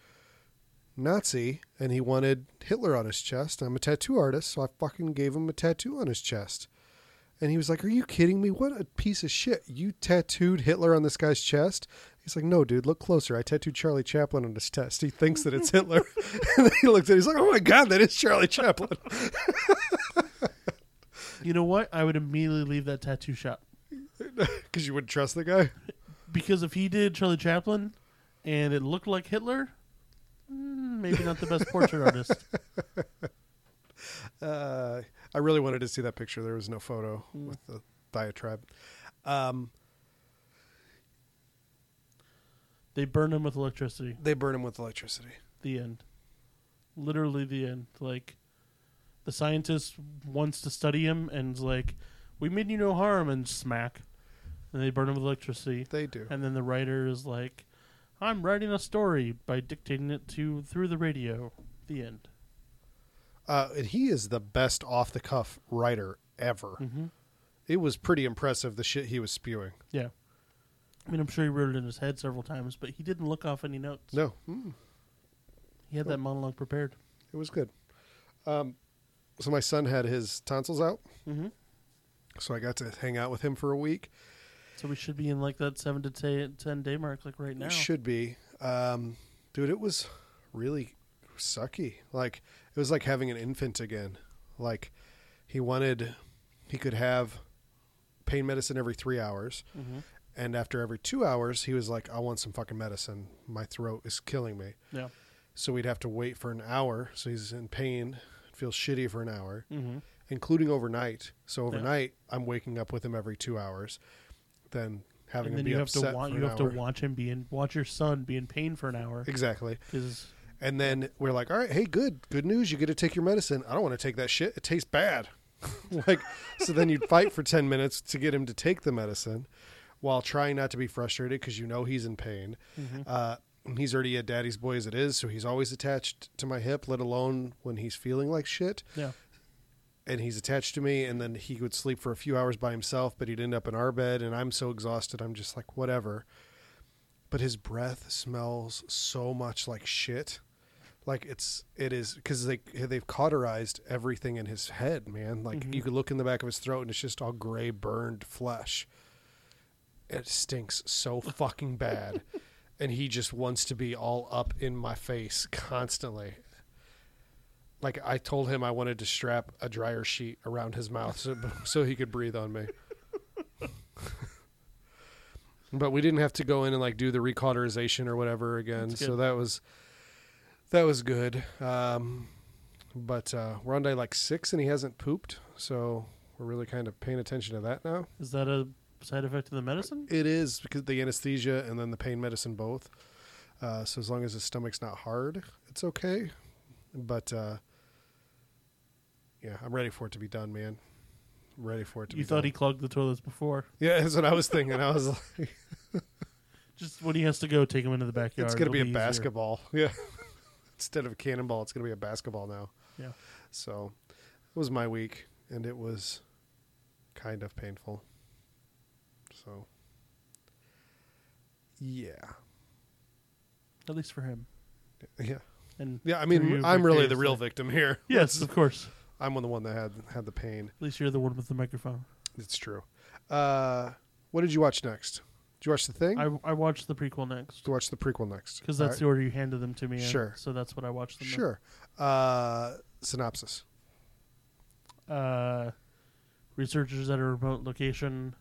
Speaker 3: Nazi, and he wanted Hitler on his chest. I'm a tattoo artist, so I fucking gave him a tattoo on his chest." And he was like, "Are you kidding me? What a piece of shit! You tattooed Hitler on this guy's chest." He's like, "No, dude, look closer. I tattooed Charlie Chaplin on his chest. He thinks that it's Hitler." and then he looks at, it, he's like, "Oh my god, that is Charlie Chaplin."
Speaker 2: You know what? I would immediately leave that tattoo shop
Speaker 3: Because you wouldn't trust the guy.
Speaker 2: because if he did Charlie Chaplin, and it looked like Hitler, mm, maybe not the best portrait artist.
Speaker 3: Uh, I really wanted to see that picture. There was no photo with the diatribe. Um,
Speaker 2: They burned him with electricity.
Speaker 3: they burn him with electricity.
Speaker 2: The end. Literally the end. Like the scientist wants to study him and's like, We mean you no harm and smack. And they burn him with electricity.
Speaker 3: They do.
Speaker 2: And then the writer is like, I'm writing a story by dictating it to through the radio. The end.
Speaker 3: Uh, and he is the best off the cuff writer ever.
Speaker 2: Mhm.
Speaker 3: It was pretty impressive the shit he was spewing.
Speaker 2: Yeah. I mean I'm sure he wrote it in his head several times, but he didn't look off any notes.
Speaker 3: No, mm,
Speaker 2: He had that monologue prepared.
Speaker 3: it was good. Um, so my son had his tonsils out,
Speaker 2: Mm-hmm.
Speaker 3: so I got to hang out with him for a week.
Speaker 2: So we should be in like that seven to ta- ten day mark, like right now.
Speaker 3: It should be. Um, dude, it was really sucky. Like it was like having an infant again. Like he wanted he could have pain medicine every 3 hours
Speaker 2: Mhm.
Speaker 3: and after every 2 hours he was like I want some fucking medicine. My throat is killing me.
Speaker 2: Yeah.
Speaker 3: So we'd have to wait for an hour. So he's in pain, feels shitty for an hour
Speaker 2: Mm-hmm.
Speaker 3: including overnight. So
Speaker 2: Yeah.
Speaker 3: overnight, I'm waking up with him every two hours, then having
Speaker 2: and
Speaker 3: him
Speaker 2: then
Speaker 3: be
Speaker 2: you have
Speaker 3: upset
Speaker 2: to wa-
Speaker 3: for
Speaker 2: you
Speaker 3: an
Speaker 2: have
Speaker 3: hour.
Speaker 2: to watch him be in watch your son be in pain for an hour
Speaker 3: Exactly,
Speaker 2: because
Speaker 3: and then we're like, "All right, hey, good, good news. You get to take your medicine. I don't want to take that shit. It tastes bad." like, so then you'd fight for ten minutes to get him to take the medicine, while trying not to be frustrated because you know he's in pain. Uh, and he's already a daddy's boy as it is, so he's always attached to my hip. Let alone when he's feeling like shit.
Speaker 2: yeah
Speaker 3: and he's attached to me and then he would sleep for a few hours by himself but he'd end up in our bed and i'm so exhausted i'm just like whatever but his breath smells so much like shit like it's it is because they they've cauterized everything in his head man like
Speaker 2: Mhm.
Speaker 3: you could look in the back of his throat and it's just all gray burned flesh it stinks so fucking bad and he just wants to be all up in my face constantly like I told him I wanted to strap a dryer sheet around his mouth so, so he could breathe on me. but we didn't have to go in and like do the recauterization or whatever again.
Speaker 2: That's
Speaker 3: So
Speaker 2: good.
Speaker 3: that was that was good. Um, but uh, we're on day like six and he hasn't pooped, so we're really kind of paying attention to that now.
Speaker 2: is that a side effect of the medicine
Speaker 3: It is because the anesthesia and then the pain medicine both. Uh, so as long as his stomach's not hard, it's okay. But uh, yeah, I'm ready for it to be done, man. I'm ready for it to
Speaker 2: You
Speaker 3: be
Speaker 2: thought he
Speaker 3: done.
Speaker 2: clogged the toilets before.
Speaker 3: Yeah, that's what I was thinking. I was like,
Speaker 2: Just when he has to go, take him into the backyard.
Speaker 3: it's going to
Speaker 2: It'll
Speaker 3: be a
Speaker 2: easier.
Speaker 3: basketball. Yeah. Instead of a cannonball, it's going to be a basketball now.
Speaker 2: Yeah.
Speaker 3: So it was my week, and it was kind of painful. So, yeah.
Speaker 2: At least for him.
Speaker 3: Yeah.
Speaker 2: And
Speaker 3: Yeah, I
Speaker 2: For
Speaker 3: mean,
Speaker 2: you,
Speaker 3: I'm really the
Speaker 2: victoriously.
Speaker 3: real victim here.
Speaker 2: yes, of course.
Speaker 3: I'm the one that had had the pain.
Speaker 2: At least you're the one with the microphone.
Speaker 3: It's true. Uh, what did you watch next? Did you watch the thing?
Speaker 2: I, I watched the prequel next
Speaker 3: to watch the prequel next
Speaker 2: because that's the
Speaker 3: All
Speaker 2: order you handed them to me. in,
Speaker 3: Sure.
Speaker 2: So that's what I watched
Speaker 3: right.
Speaker 2: them. in.
Speaker 3: sure. Uh, synopsis.
Speaker 2: uh, researchers at a remote location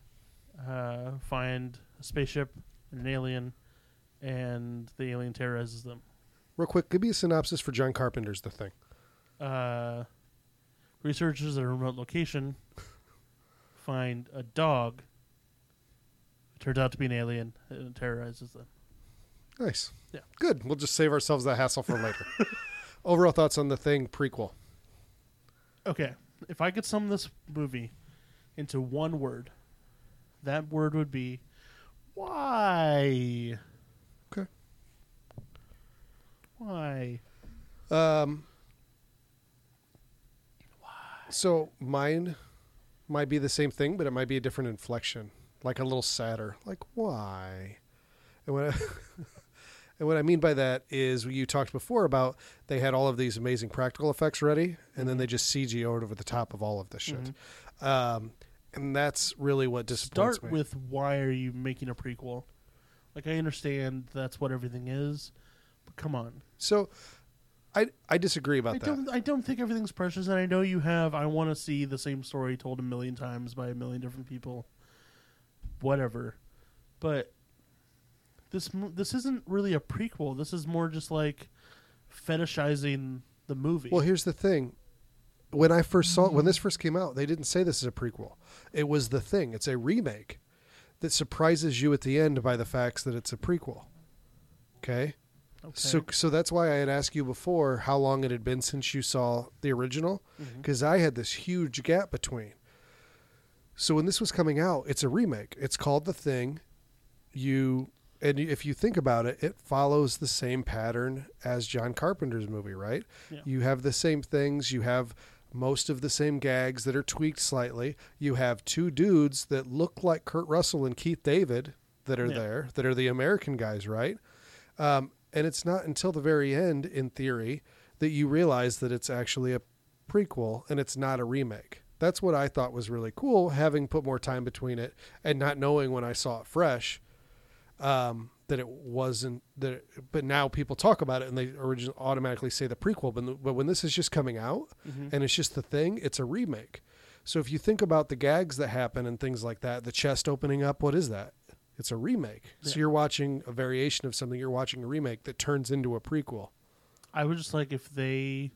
Speaker 2: uh, find a spaceship and an alien, and the alien terrorizes them.
Speaker 3: Real quick, give me a synopsis for John Carpenter's The Thing.
Speaker 2: Uh, researchers at a remote location find a dog. It turns out to be an alien and it terrorizes them.
Speaker 3: Nice.
Speaker 2: Yeah.
Speaker 3: Good. We'll just save ourselves that hassle for later. Overall thoughts on The Thing prequel.
Speaker 2: Okay, if I could sum this movie into one word, that word would be why.
Speaker 3: Okay.
Speaker 2: Why?
Speaker 3: Um, so mine might be the same thing, but it might be a different inflection, like a little sadder. Like why? And what I, and what I mean by that is you talked before about they had all of these amazing practical effects ready, and
Speaker 2: Mm-hmm.
Speaker 3: then they just CG would over the top of all of this shit. Um, and that's really what disappoints
Speaker 2: Start
Speaker 3: me.
Speaker 2: with why are you making a prequel? Like I understand that's what everything is, but come on.
Speaker 3: so. I, I disagree about
Speaker 2: I
Speaker 3: that.
Speaker 2: don't I don't think everything's precious and I know you have I want to see the same story told a million times by a million different people. Whatever. But this mo- this isn't really a prequel. This is more just like fetishizing the movie.
Speaker 3: Well, here's the thing. When I first saw when this first came out, they didn't say this is a prequel. It was the thing. It's a remake that surprises you at the end by the facts that it's a prequel. Okay?
Speaker 2: okay.
Speaker 3: So so that's why I had asked you before how long it had been since you saw the original
Speaker 2: Mhm.
Speaker 3: because I had this huge gap between. So when this was coming out, it's a remake. It's called The Thing. You and if you think about it, it follows the same pattern as John Carpenter's movie, right?
Speaker 2: Yeah.
Speaker 3: You have the same things. You have most of the same gags that are tweaked slightly. You have two dudes that look like Kurt Russell and Keith David that are
Speaker 2: Yeah.
Speaker 3: there, that are the American guys, right? Um, and it's not until the very end, in theory, that you realize that it's actually a prequel and it's not a remake. That's what I thought was really cool, having put more time between it and not knowing when I saw it fresh um, that it wasn't that. It, but now people talk about it and they originally automatically say the prequel. But, but when this is just coming out
Speaker 2: Mhm.
Speaker 3: and it's just the thing, it's a remake. So if you think about the gags that happen and things like that, the chest opening up, what is that? It's a remake. So
Speaker 2: Yeah.
Speaker 3: you're watching a variation of something. You're watching a remake that turns into a prequel.
Speaker 2: I was just like if they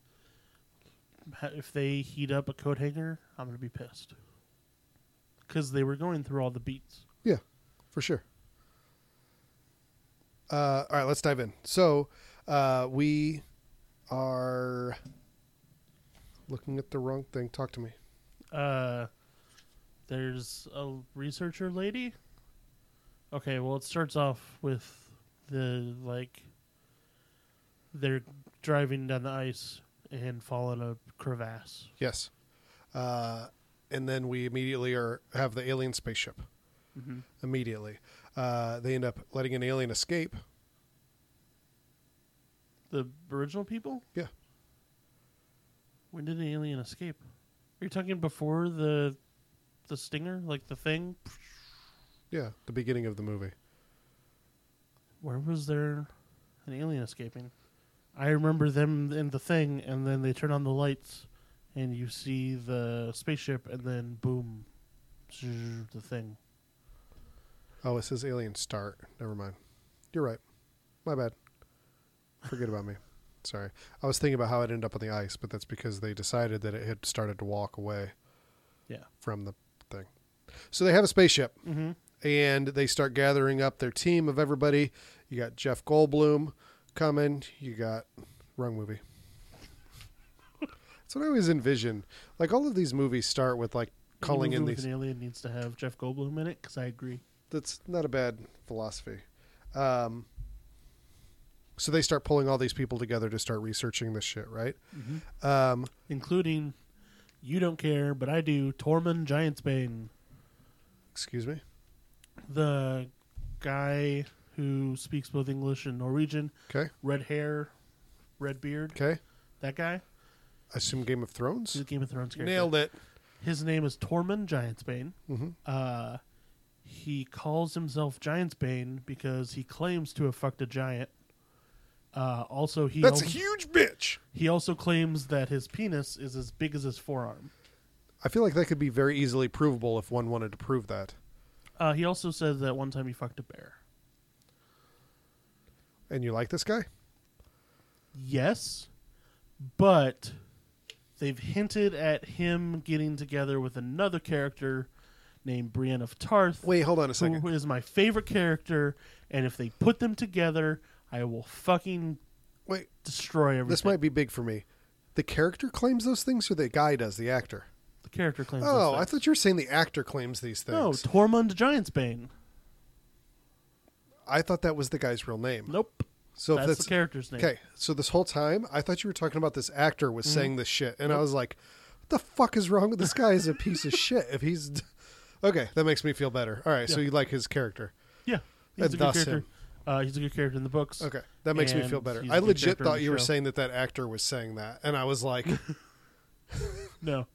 Speaker 2: ha- if they heat up a coat hanger, I'm going to be pissed. Cuz they were going through all the beats.
Speaker 3: Yeah, for sure. Uh, all right, let's dive in. So uh, we are looking at the wrong thing. Talk to me.
Speaker 2: Uh, there's a researcher lady. Okay, well, it starts off with the like they're driving down the ice and fall in a crevasse.
Speaker 3: Yes. Uh, and then we immediately are have the alien spaceship.
Speaker 2: Mhm.
Speaker 3: Immediately, uh, they end up letting an alien escape.
Speaker 2: The original people.
Speaker 3: Yeah.
Speaker 2: When did the alien escape? Are you talking before the the stinger, like the thing?
Speaker 3: Yeah, the beginning of the movie.
Speaker 2: Where was there an alien escaping? I remember them in the thing, and then they turn on the lights, and you see the spaceship, and then boom, zzz, the thing.
Speaker 3: Oh, it says alien start. Never mind. You're right. My bad. Forget about me. Sorry. I was thinking about how it ended up on the ice, but that's because they decided that it had started to walk away
Speaker 2: Yeah.
Speaker 3: from the thing. So they have a spaceship.
Speaker 2: Mm-hmm.
Speaker 3: and they start gathering up their team of everybody. You got Jeff Goldblum coming. You got wrong movie. That's what I always envision. Like all of these movies start with like calling
Speaker 2: Any
Speaker 3: in
Speaker 2: movie
Speaker 3: these.
Speaker 2: with an alien needs to have Jeff Goldblum in it because I agree.
Speaker 3: That's not a bad philosophy. Um, so they start pulling all these people together to start researching this shit, right?
Speaker 2: Mm-hmm.
Speaker 3: Um,
Speaker 2: Including, you don't care, but I do. Tormund Giantsbane,
Speaker 3: excuse me.
Speaker 2: the guy who speaks both English and Norwegian,
Speaker 3: Okay.
Speaker 2: red hair, red beard.
Speaker 3: Okay.
Speaker 2: That guy,
Speaker 3: I assume Game of
Speaker 2: he's a
Speaker 3: Thrones.
Speaker 2: Game of Thrones character.
Speaker 3: Nailed it.
Speaker 2: His name is Tormund Giantsbane.
Speaker 3: hmm
Speaker 2: Uh, he calls himself Giantsbane because he claims to have fucked a giant. Uh, also, he
Speaker 3: That's a
Speaker 2: owns-
Speaker 3: huge bitch.
Speaker 2: He also claims that his penis is as big as his forearm.
Speaker 3: I feel like that could be very easily provable if one wanted to prove that.
Speaker 2: Uh, he also says that one time he fucked a bear.
Speaker 3: And you like this guy?
Speaker 2: Yes, but they've hinted at him getting together with another character named Brienne of Tarth,
Speaker 3: Wait, hold on a
Speaker 2: who
Speaker 3: second.
Speaker 2: is my favorite character. And if they put them together, I will fucking
Speaker 3: Wait,
Speaker 2: destroy everything.
Speaker 3: this might be big for me. The character claims those things, or the guy does, the actor?
Speaker 2: the character claims.
Speaker 3: Oh,
Speaker 2: those
Speaker 3: I
Speaker 2: things.
Speaker 3: thought you were saying the actor claims these
Speaker 2: no
Speaker 3: things.
Speaker 2: Tormund Giantsbane.
Speaker 3: I thought that was the guy's real name.
Speaker 2: Nope,
Speaker 3: So
Speaker 2: that's,
Speaker 3: if that's
Speaker 2: the character's name. Mm-hmm.
Speaker 3: okay. So this whole time, I thought you were talking about this actor was saying this shit, and I was like, "What the fuck is wrong with this guy? Is a piece of shit." If he's okay, that makes me feel better. All right, so
Speaker 2: Yeah.
Speaker 3: you like his character?
Speaker 2: Yeah, he's
Speaker 3: And
Speaker 2: a good
Speaker 3: thus
Speaker 2: character.
Speaker 3: him.
Speaker 2: Uh, he's a good character in the books.
Speaker 3: Okay, that makes me
Speaker 2: And
Speaker 3: feel better.
Speaker 2: he's a
Speaker 3: I
Speaker 2: good
Speaker 3: legit
Speaker 2: character on
Speaker 3: thought
Speaker 2: the
Speaker 3: you were
Speaker 2: show.
Speaker 3: saying that that actor was saying that, and I was like,
Speaker 2: No,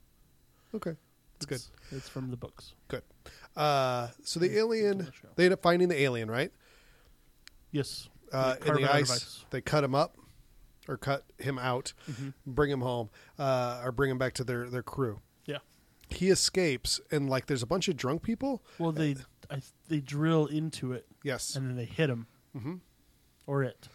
Speaker 3: "Okay, it's good."
Speaker 2: It's from the books.
Speaker 3: Good. Uh, so the alien,
Speaker 2: the show.
Speaker 3: they end up finding the alien, right?
Speaker 2: Yes.
Speaker 3: Uh,
Speaker 2: They
Speaker 3: in
Speaker 2: carve it
Speaker 3: the
Speaker 2: out of
Speaker 3: ice, they cut him up, or cut him out,
Speaker 2: Mm-hmm.
Speaker 3: bring him home, uh, or bring him back to their their crew.
Speaker 2: Yeah.
Speaker 3: He escapes, and like there's a bunch of drunk people.
Speaker 2: Well, they I, they drill into it
Speaker 3: Yes,
Speaker 2: and then they hit him, mm-hmm. or it.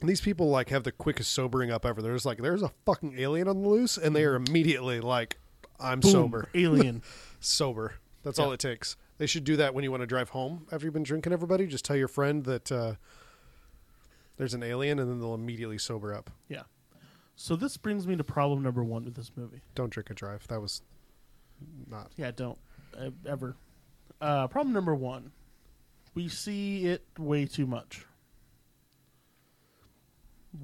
Speaker 3: and these people like have the quickest sobering up ever. There's like there's a fucking alien on the loose, and they are immediately like, "I'm
Speaker 2: Mm-hmm. Boom,
Speaker 3: sober,
Speaker 2: Alien.
Speaker 3: sober." That's
Speaker 2: Yeah.
Speaker 3: all it takes. They should do that when you want to drive home after you've been drinking. Everybody, just tell your friend that uh, there's an alien, and then they'll immediately sober up.
Speaker 2: yeah. So this brings me to problem number one with this movie.
Speaker 3: Don't drink and drive. That was not
Speaker 2: Yeah, don't uh, ever. Uh, problem number one, we see it way too much.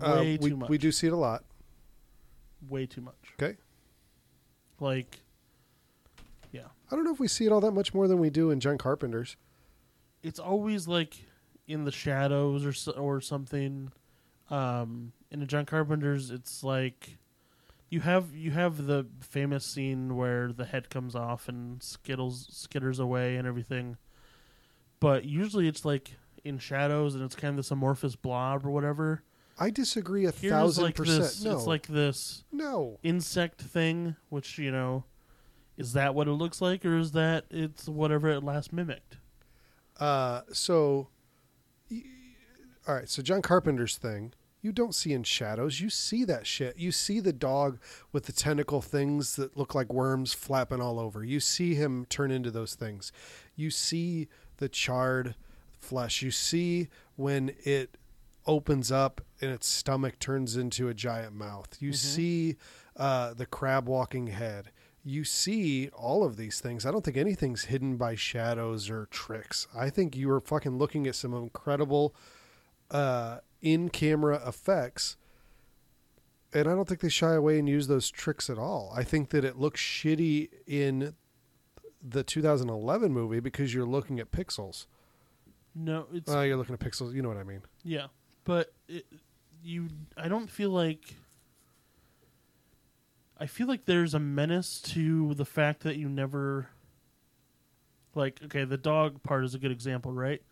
Speaker 3: Uh,
Speaker 2: Way
Speaker 3: we,
Speaker 2: too much.
Speaker 3: We do see it a lot.
Speaker 2: way too much.
Speaker 3: Okay.
Speaker 2: Like, yeah.
Speaker 3: I don't know if we see it all that much more than we do in John Carpenter's.
Speaker 2: it's always like in the shadows or s- or something. Um, in a John Carpenter's, it's like you have you have the famous scene where the head comes off and skittles skitters away and everything, but usually it's like in shadows and it's kind of this amorphous blob or whatever.
Speaker 3: I disagree a
Speaker 2: Here's
Speaker 3: thousand
Speaker 2: like
Speaker 3: percent.
Speaker 2: this,
Speaker 3: no,
Speaker 2: it's like this
Speaker 3: no.
Speaker 2: insect thing, which you know, is that what it looks like, or is that it's whatever it last mimicked?
Speaker 3: Uh, so, y- all right. So John Carpenter's thing, you don't see in shadows. You see that shit. You see the dog with the tentacle things that look like worms flapping all over. You see him turn into those things. You see the charred flesh. You see when it opens up and its stomach turns into a giant mouth. You see uh, the crab walking head. You see all of these things. I don't think anything's hidden by shadows or tricks. I think you are fucking looking at some incredible uh, in camera effects. And I don't think they shy away and use those tricks at all. I think that it looks shitty in the 2011 movie because you're looking at pixels.
Speaker 2: No, it's
Speaker 3: Uh, you're looking at pixels. You know what I mean.
Speaker 2: Yeah, but it, you, I don't feel like. I feel like there's a menace to the fact that you never. Like okay, the dog part is a good example, right?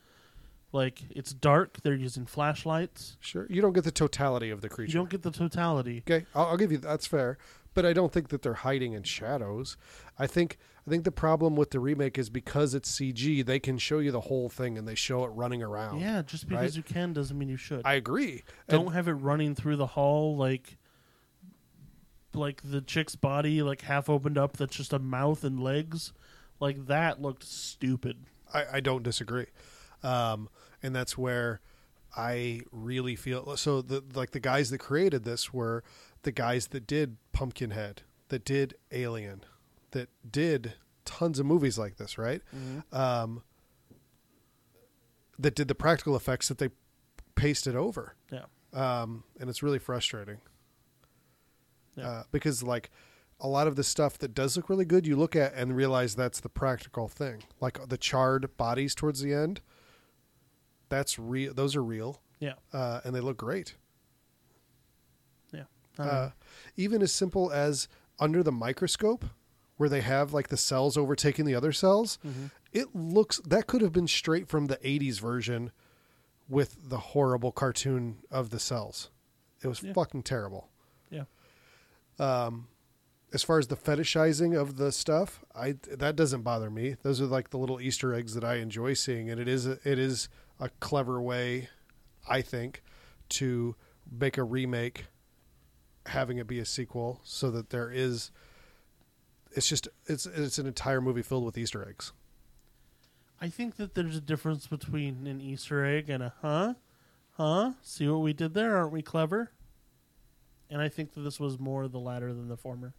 Speaker 2: Like it's dark; they're using flashlights.
Speaker 3: Sure. You don't get the totality of the creature.
Speaker 2: You don't get the totality.
Speaker 3: Okay, I'll, I'll give you that's fair, but I don't think that they're hiding in shadows. I think I think the problem with the remake is because it's CG, they can show you the whole thing and they show it running around.
Speaker 2: yeah, just because
Speaker 3: right.
Speaker 2: you can doesn't mean you should.
Speaker 3: I agree.
Speaker 2: don't
Speaker 3: And
Speaker 2: have it running through the hall like like the chick's body like half opened up that's just a mouth and legs like that looked stupid
Speaker 3: I, I don't disagree. Um, and that's where I really feel so the like the guys that created this were the guys that did Pumpkinhead, that did Alien, that did tons of movies like this, right?
Speaker 2: Mm.
Speaker 3: Um, that did the practical effects that they pasted over,
Speaker 2: Yeah.
Speaker 3: um, and it's really frustrating
Speaker 2: Yeah.
Speaker 3: uh, because like a lot of the stuff that does look really good, you look at and realize that's the practical thing, like the charred bodies towards the end. That's real; those are real,
Speaker 2: Yeah.
Speaker 3: uh, and they look great.
Speaker 2: Yeah. I don't know.
Speaker 3: Uh, even as simple as under the microscope, where they have like the cells overtaking the other cells,
Speaker 2: Mm-hmm.
Speaker 3: it looks that could have been straight from the '80s version with the horrible cartoon of the cells. It was
Speaker 2: Yeah.
Speaker 3: fucking terrible.
Speaker 2: yeah.
Speaker 3: as far as the fetishizing of the stuff, I that doesn't bother me. Those are like the little Easter eggs that I enjoy seeing, and it is it is a clever way, I think, to make a remake, having it be a sequel, so that there is. It's just it's it's an entire movie filled with Easter eggs.
Speaker 2: I think that there's a difference between an Easter egg and a huh, huh. See what we did there? Aren't we clever? And I think that this was more the latter than the former.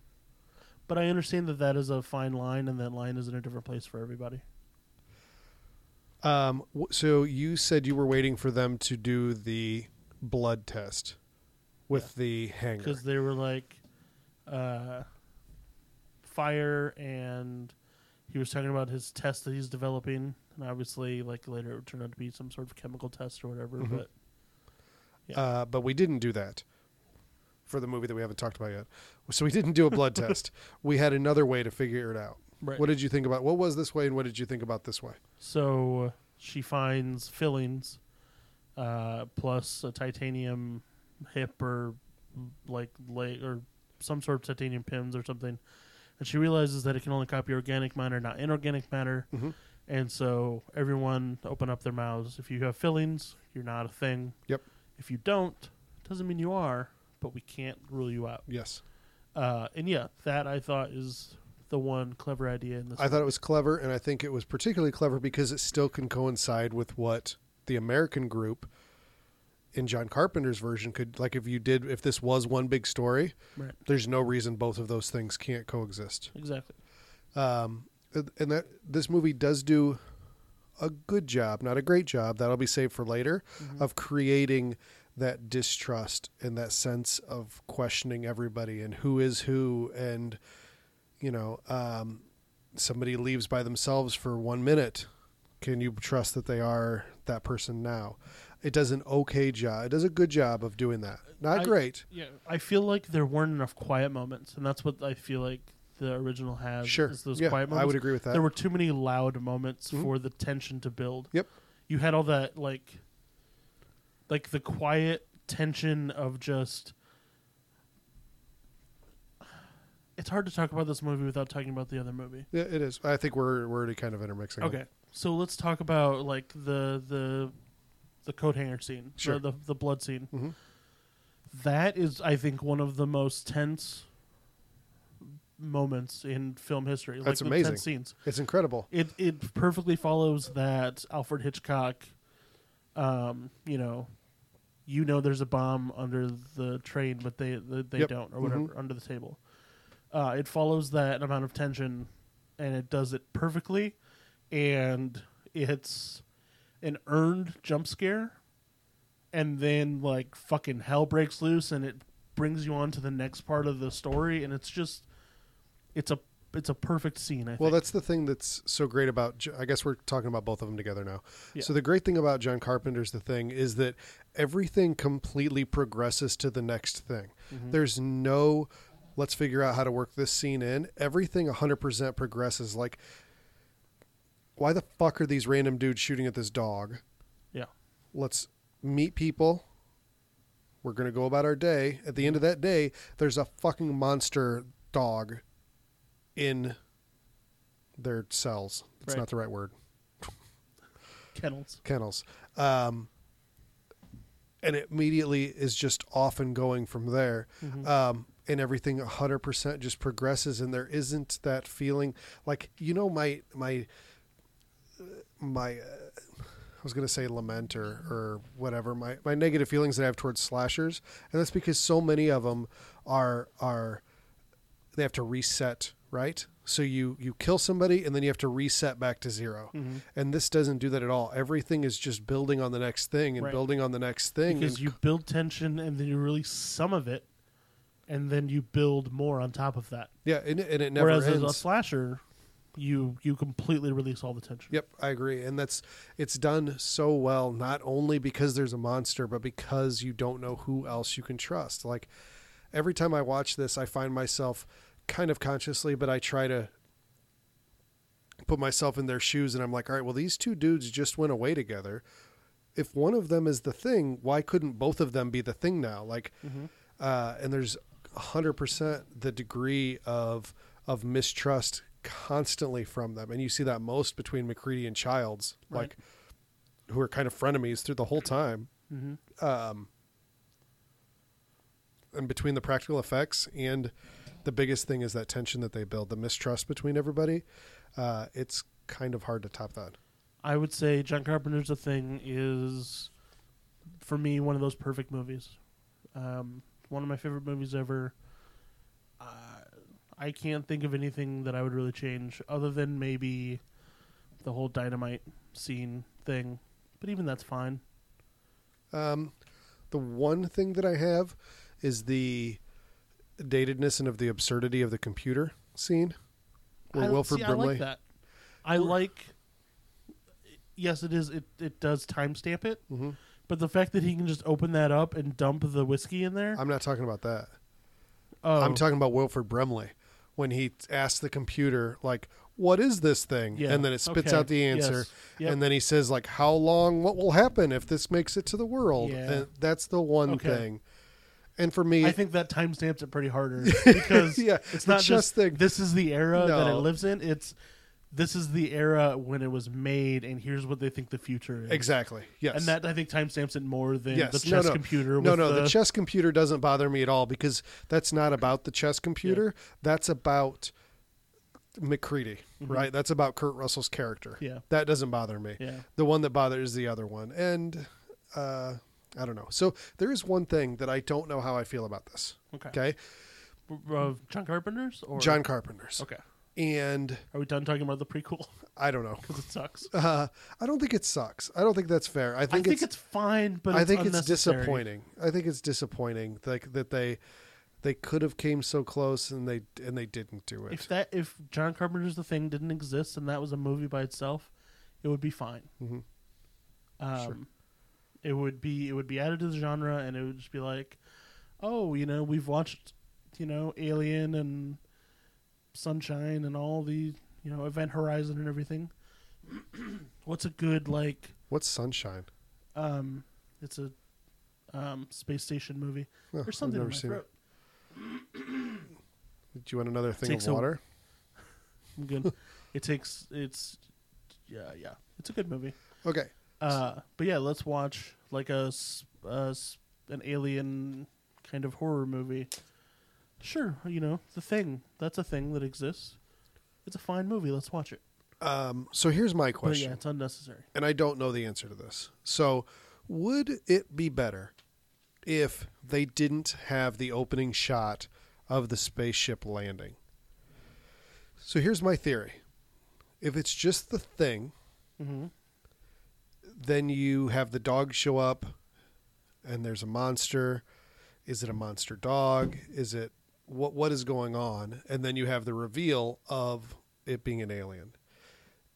Speaker 2: But I understand that that is a fine line, and that line is in a different place for everybody.
Speaker 3: Um, w- so you said you were waiting for them to do the blood test with the hanger.
Speaker 2: because they were like uh, fire and he was talking about his test that he's developing and obviously like later it would turn out to be some sort of chemical test or whatever but
Speaker 3: uh, but we didn't do that for the movie that we haven't talked about yet. So we didn't do a blood test. We had another way to figure it out.
Speaker 2: Right.
Speaker 3: What did you think about? What was this way, and what did you think about this way?
Speaker 2: so she finds fillings uh, plus a titanium hip or like leg or some sort of titanium pins or something and she realizes that it can only copy organic matter not inorganic matter
Speaker 3: Mhm.
Speaker 2: and so everyone open up their mouths if you have fillings you're not a thing
Speaker 3: Yep.
Speaker 2: if you don't doesn't mean you are but we can't rule you out
Speaker 3: Yes,
Speaker 2: uh, and yeah that i thought is the one clever idea in this
Speaker 3: I thought it was clever, and I think it was particularly clever because it still can coincide with what the American group in John Carpenter's version could like. If you did, if this was one big story,
Speaker 2: right
Speaker 3: there's no reason both of those things can't coexist.
Speaker 2: exactly
Speaker 3: um, and that this movie does do a good job, not a great job. That'll be saved for later
Speaker 2: Mm-hmm.
Speaker 3: of creating that distrust and that sense of questioning everybody and who is who and you know um, somebody leaves by themselves for one minute can you trust that they are that person now it does an okay job it does a good job of doing that not
Speaker 2: I-
Speaker 3: great
Speaker 2: Yeah, I feel like there weren't enough quiet moments, and that's what I feel like the original has.
Speaker 3: sure
Speaker 2: is those
Speaker 3: yeah,
Speaker 2: quiet moments.
Speaker 3: i would agree with that
Speaker 2: There were too many loud moments
Speaker 3: Mhm.
Speaker 2: for the tension to build.
Speaker 3: Yep.
Speaker 2: You had all that like, like the quiet tension of just. It's hard to talk about this movie without talking about the other movie.
Speaker 3: yeah, it is i think we're, we're already kind of intermixing
Speaker 2: Okay, so let's talk about like the the the coat hanger scene,
Speaker 3: Sure.
Speaker 2: the, the the blood scene.
Speaker 3: hmm
Speaker 2: That is, I think, one of the most tense moments in film history.
Speaker 3: That's
Speaker 2: like The
Speaker 3: amazing.
Speaker 2: tense scenes.
Speaker 3: It's incredible.
Speaker 2: It it perfectly follows that Alfred Hitchcock. Um, you know, you know, there's a bomb under the train, but they they, they
Speaker 3: Yep.
Speaker 2: don't, or
Speaker 3: Mhm.
Speaker 2: whatever, under the table. Uh, it follows that amount of tension, and it does it perfectly, and it's an earned jump scare and then like fucking hell breaks loose and it brings you on to the next part of the story and it's just it's a it's a perfect scene I
Speaker 3: Well,
Speaker 2: think.
Speaker 3: that's the thing that's so great about. J- I guess we're talking about both of them together now.
Speaker 2: Yeah.
Speaker 3: So the great thing about John Carpenter's The Thing is that everything completely progresses to the next thing.
Speaker 2: Mm-hmm.
Speaker 3: There's no let's figure out how to work this scene in. Everything 100% progresses. Like, why the fuck are these random dudes shooting at this dog?
Speaker 2: yeah
Speaker 3: let's meet people. We're going to go about our day. At the end of that day, there's a fucking monster dog in their cells. It's
Speaker 2: Right.
Speaker 3: not the right word.
Speaker 2: kennels
Speaker 3: Kennels. Um, and it immediately is just off and going from there. Um, and everything 100% just progresses. And there isn't that feeling like, you know, my, my, my, uh, was going to say lament or, or whatever my, my negative feelings that I have towards slashers, and that's because so many of them are are they have to reset right. So you you kill somebody and then you have to reset back to 0 and this doesn't do that at all. Everything is just building on the next thing and
Speaker 2: Right.
Speaker 3: building on the next thing.
Speaker 2: because
Speaker 3: and
Speaker 2: you build tension and then you release some of it, and then you build more on top of that.
Speaker 3: Yeah, and, it- and it never
Speaker 2: Whereas
Speaker 3: ends.
Speaker 2: as a slasher, you you completely release all the tension.
Speaker 3: yep, I agree, and that's it's done so well. Not only because there's a monster, but because you don't know who else you can trust. Like every time I watch this, I find myself kind of consciously, but I try to put myself in their shoes, and I'm like, all right, well, these two dudes just went away together. If one of them is the thing, why couldn't both of them be the thing now? Like, uh, and there's 100% the degree of of mistrust constantly from them and you see that most between mccready and childs
Speaker 2: Right.
Speaker 3: like who are kind of frenemies through the whole time
Speaker 2: Mm-hmm.
Speaker 3: and between the practical effects and the biggest thing is that tension that they build the mistrust between everybody uh, it's kind of hard to top that
Speaker 2: I would say John Carpenter's The Thing is, for me, one of those perfect movies. Um, one of my favorite movies ever. Uh, I can't think of anything that I would really change other than maybe the whole dynamite scene thing, but even that's fine.
Speaker 3: um, the one thing that i have is the datedness and of the absurdity of the computer scene where
Speaker 2: I-
Speaker 3: wilford
Speaker 2: see, I
Speaker 3: brimley
Speaker 2: like that. I like. Yes, it is. It it does timestamp it,
Speaker 3: Mhm.
Speaker 2: but the fact that he can just open that up and dump the whiskey in there.
Speaker 3: i'm not talking about that
Speaker 2: oh,
Speaker 3: I'm talking about Wilford Brimley when he asked the computer like what is this thing
Speaker 2: Yeah.
Speaker 3: and then it spits
Speaker 2: Okay.
Speaker 3: out the answer
Speaker 2: Yes. Yep.
Speaker 3: and then he says like how long what will happen if this makes it to the world
Speaker 2: Yeah.
Speaker 3: and that's the one
Speaker 2: Okay.
Speaker 3: thing and for me
Speaker 2: I think that timestamps it pretty harder because
Speaker 3: Yeah,
Speaker 2: it's
Speaker 3: the
Speaker 2: not
Speaker 3: chess
Speaker 2: just
Speaker 3: thing.
Speaker 2: this is the era that it
Speaker 3: No.
Speaker 2: lives in. It's this is the era when it was made, and here's what they think the future is.
Speaker 3: exactly yes
Speaker 2: And that I think timestamps it more than
Speaker 3: yes
Speaker 2: the chess
Speaker 3: no, no.
Speaker 2: computer.
Speaker 3: no
Speaker 2: with
Speaker 3: no
Speaker 2: the,
Speaker 3: the chess computer doesn't bother me at all because that's not about the chess computer that's about McCready right that's about Kurt Russell's character
Speaker 2: Mm-hmm. Yeah.
Speaker 3: that doesn't bother me
Speaker 2: Yeah.
Speaker 3: the one that bothers the other one and uh i don't know so there is one thing that i don't know how i feel about this
Speaker 2: Okay.
Speaker 3: okay
Speaker 2: Of John Carpenter's or
Speaker 3: john carpenter's
Speaker 2: Okay.
Speaker 3: and
Speaker 2: Are we done talking about the prequel?
Speaker 3: i don't know
Speaker 2: Because it sucks.
Speaker 3: uh i don't think it sucks i don't think that's fair i
Speaker 2: I think,
Speaker 3: think, it's,
Speaker 2: it's, fine, but
Speaker 3: i
Speaker 2: it's
Speaker 3: think it's
Speaker 2: unnecessary.
Speaker 3: disappointing i think it's disappointing like that they they could have came so close and they and they didn't do it
Speaker 2: If that if John Carpenter's the thing didn't exist and that was a movie by itself, it would be fine.
Speaker 3: Mhm.
Speaker 2: Um,
Speaker 3: Sure.
Speaker 2: It would be it would be added to the genre, and it would just be like, oh, you know, we've watched, you know, Alien and Sunshine and all the you know Event Horizon and everything. What's a good like?
Speaker 3: what's sunshine
Speaker 2: Um, it's a um, space station movie.
Speaker 3: Oh,
Speaker 2: There's something in my
Speaker 3: it.
Speaker 2: throat.
Speaker 3: do you want another thing of
Speaker 2: takes a-
Speaker 3: water
Speaker 2: I'm good. it takes it's yeah yeah. It's a good movie.
Speaker 3: okay
Speaker 2: Uh, but yeah, let's watch like a, s- a s- an alien kind of horror movie. Sure, you know the thing. That's a thing that exists. It's a fine movie. Let's watch it.
Speaker 3: um so here's my
Speaker 2: But
Speaker 3: question
Speaker 2: yeah, it's unnecessary.
Speaker 3: and I don't know the answer to this. So, would it be better if they didn't have the opening shot of the spaceship landing? So, here's my theory if it's just the thing,
Speaker 2: Mhm.
Speaker 3: then you have the dog show up and there's a monster. Is it a monster dog? Is it what what is going on? And then you have the reveal of it being an alien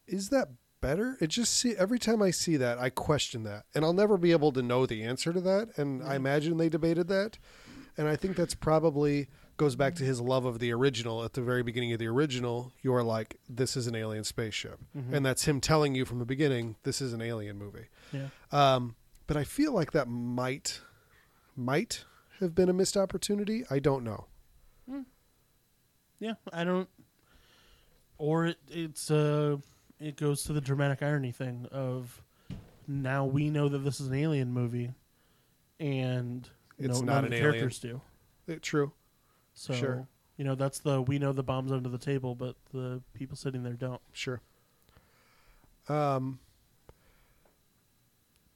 Speaker 3: is that better? It just see every time I see that, I question that, and I'll never be able to know the answer to that. And I imagine they debated that, and I think that's probably goes back to his love of the original. At the very beginning of the original, you're like, "This is an alien spaceship," and that's him telling you from the beginning, "This is an alien movie."
Speaker 2: Yeah,
Speaker 3: Um, but I feel like that might might have been a missed opportunity. I don't know.
Speaker 2: yeah. I don't. Or it, it's uh, it goes to the dramatic irony thing of now we know that this is an alien movie, and
Speaker 3: It's not
Speaker 2: no, none of
Speaker 3: an
Speaker 2: the
Speaker 3: alien.
Speaker 2: characters do.
Speaker 3: Eh, true.
Speaker 2: So
Speaker 3: Sure.
Speaker 2: you know that's the we know the bombs under the table, but the people sitting there don't.
Speaker 3: Sure. Um,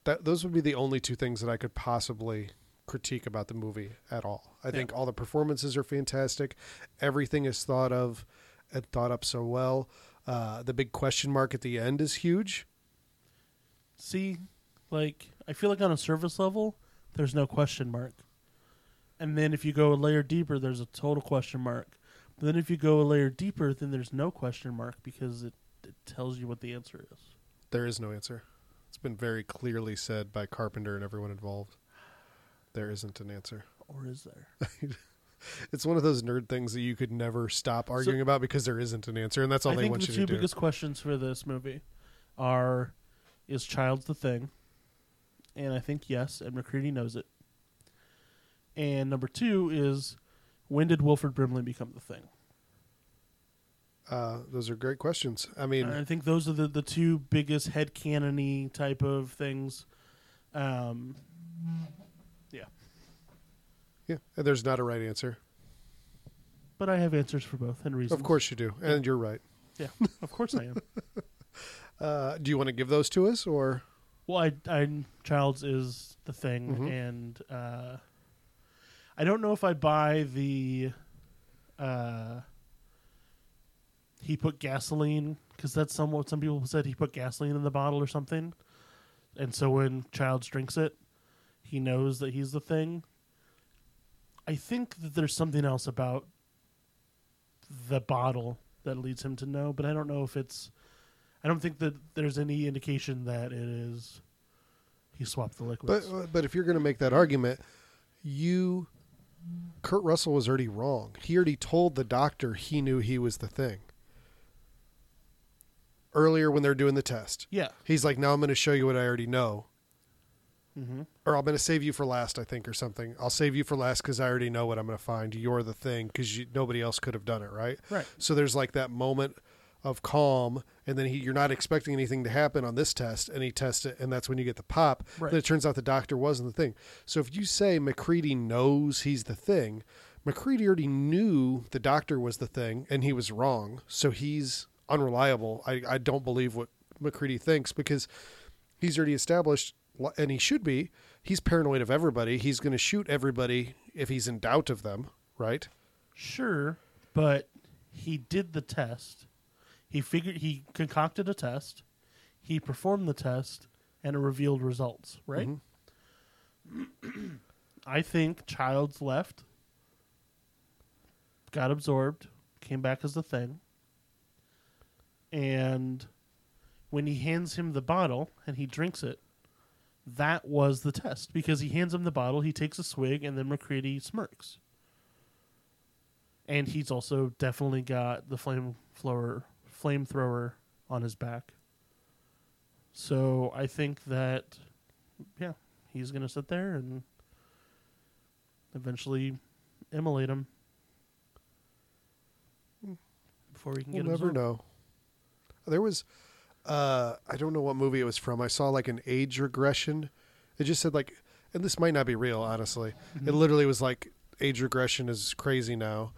Speaker 3: that those would be the only two things that I could possibly critique about the movie at all. I think all the performances are fantastic. Everything is thought of and thought up so well. Uh, the big question mark at the end is huge.
Speaker 2: See, like I feel like on a surface level, there's no question mark, and then if you go a layer deeper, there's a total question mark. But then if you go a layer deeper, then there's no question mark because it, it tells you what the answer is.
Speaker 3: There is no answer. It's been very clearly said by Carpenter and everyone involved. There isn't an answer.
Speaker 2: Or is there?
Speaker 3: It's one of those nerd things that you could never stop arguing about because there isn't an answer, and that's all
Speaker 2: I
Speaker 3: they
Speaker 2: think
Speaker 3: want
Speaker 2: the
Speaker 3: you
Speaker 2: two
Speaker 3: to do.
Speaker 2: biggest questions for this movie are: Is Childs the thing? And I think yes, and McCready knows it. And number two is: When did Wilfred Brimley become the thing?
Speaker 3: Uh, those are great questions. I mean,
Speaker 2: I think those are the, the two biggest head headcanony type of things. Um,
Speaker 3: yeah, and there's not a right answer.
Speaker 2: but I have answers for both and reasons.
Speaker 3: Of course you do, and you're right.
Speaker 2: Yeah, of course I am.
Speaker 3: Uh, do you want to give those to us, or
Speaker 2: Well, I, I Childs is the thing,
Speaker 3: Mhm.
Speaker 2: and uh, I don't know if I buy the. Uh, he put gasoline because that's somewhat. Some people said he put gasoline in the bottle or something, and so when Childs drinks it, he knows that he's the thing. I think that there's something else about the bottle that leads him to know, but I don't know if it's. I don't think that there's any indication that it is he swapped the
Speaker 3: but uh,
Speaker 2: liquids.
Speaker 3: but if you're going to make that argument, you Kurt Russell was already wrong. He already told the doctor he knew he was the thing earlier when they're doing the test.
Speaker 2: yeah.
Speaker 3: He's like, now I'm going to show you what I already know.
Speaker 2: hmm
Speaker 3: or I'm going to save you for last, I think, or something. I'll save you for last because I already know what I'm going to find. You're the thing because nobody else could have done it, right?
Speaker 2: Right.
Speaker 3: So there's like that moment of calm, and then he, you're not expecting anything to happen on this test, and he tests it, and that's when you get the pop.
Speaker 2: Right.
Speaker 3: Then it turns out the doctor wasn't the thing. So if you say McCready knows he's the thing, McCready already knew the doctor was the thing, and he was wrong. So he's unreliable. I, I don't believe what McCready thinks because he's already established li- and he should be he's paranoid of everybody he's going to shoot everybody if he's in doubt of them right
Speaker 2: Sure, but he did the test. He figured he concocted a test. He performed the test and it revealed results, right?
Speaker 3: Mhm.
Speaker 2: I think Childs left, got absorbed, came back as the thing. And when he hands him the bottle and he drinks it, that was the test because he hands him the bottle, he takes a swig, and then McCready smirks. And he's also definitely got the flame flower, flamethrower on his back. So I think that, yeah, he's going to sit there and eventually immolate him before we can
Speaker 3: we'll
Speaker 2: get
Speaker 3: never
Speaker 2: absorbed.
Speaker 3: know there was uh i don't know what movie it was from i saw like an age regression it just said like and this might not be real honestly
Speaker 2: Mm-hmm.
Speaker 3: it literally was like age regression is crazy now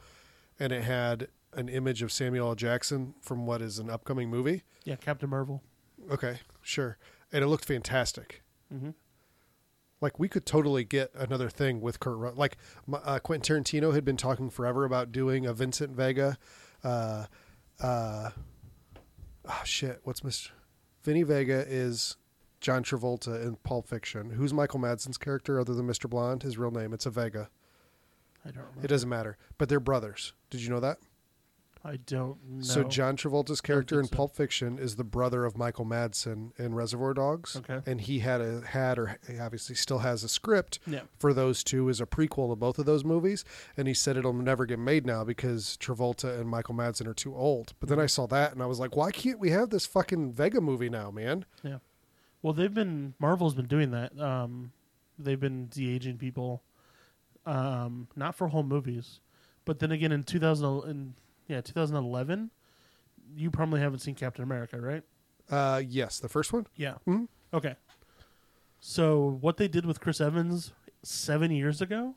Speaker 3: and it had an image of samuel l jackson from what is an upcoming movie
Speaker 2: Yeah, Captain Marvel.
Speaker 3: okay sure and it looked fantastic
Speaker 2: Mm-hmm.
Speaker 3: like we could totally get another thing with Kurt. Ru- like my- uh, Quentin Tarantino had been talking forever about doing a Vincent Vega. Uh, uh, oh shit! What's Mr. Vinny Vega is John Travolta in Pulp Fiction. Who's Michael Madsen's character other than Mr. Blonde? His real name? It's a Vega.
Speaker 2: I don't remember.
Speaker 3: It doesn't matter. But they're brothers. Did you know that?
Speaker 2: I don't know.
Speaker 3: So John Travolta's character in
Speaker 2: think so.
Speaker 3: Pulp Fiction is the brother of Michael Madsen in Reservoir Dogs.
Speaker 2: Okay.
Speaker 3: And he had a had or he obviously still has a script
Speaker 2: Yeah.
Speaker 3: for those two is a prequel to both of those movies. And he said it'll never get made now because Travolta and Michael Madsen are too old. But then I saw that and I was like, why can't we have this fucking Vega movie now, man?
Speaker 2: Yeah. Well, they've been Marvel's been doing that. Um, they've been de aging people, um, not for whole movies, but then again in two thousand in yeah two thousand eleven, you probably haven't seen Captain America, right?
Speaker 3: Uh, yes, the first one.
Speaker 2: Yeah.
Speaker 3: Mhm.
Speaker 2: Okay. So what they did with Chris Evans seven years ago,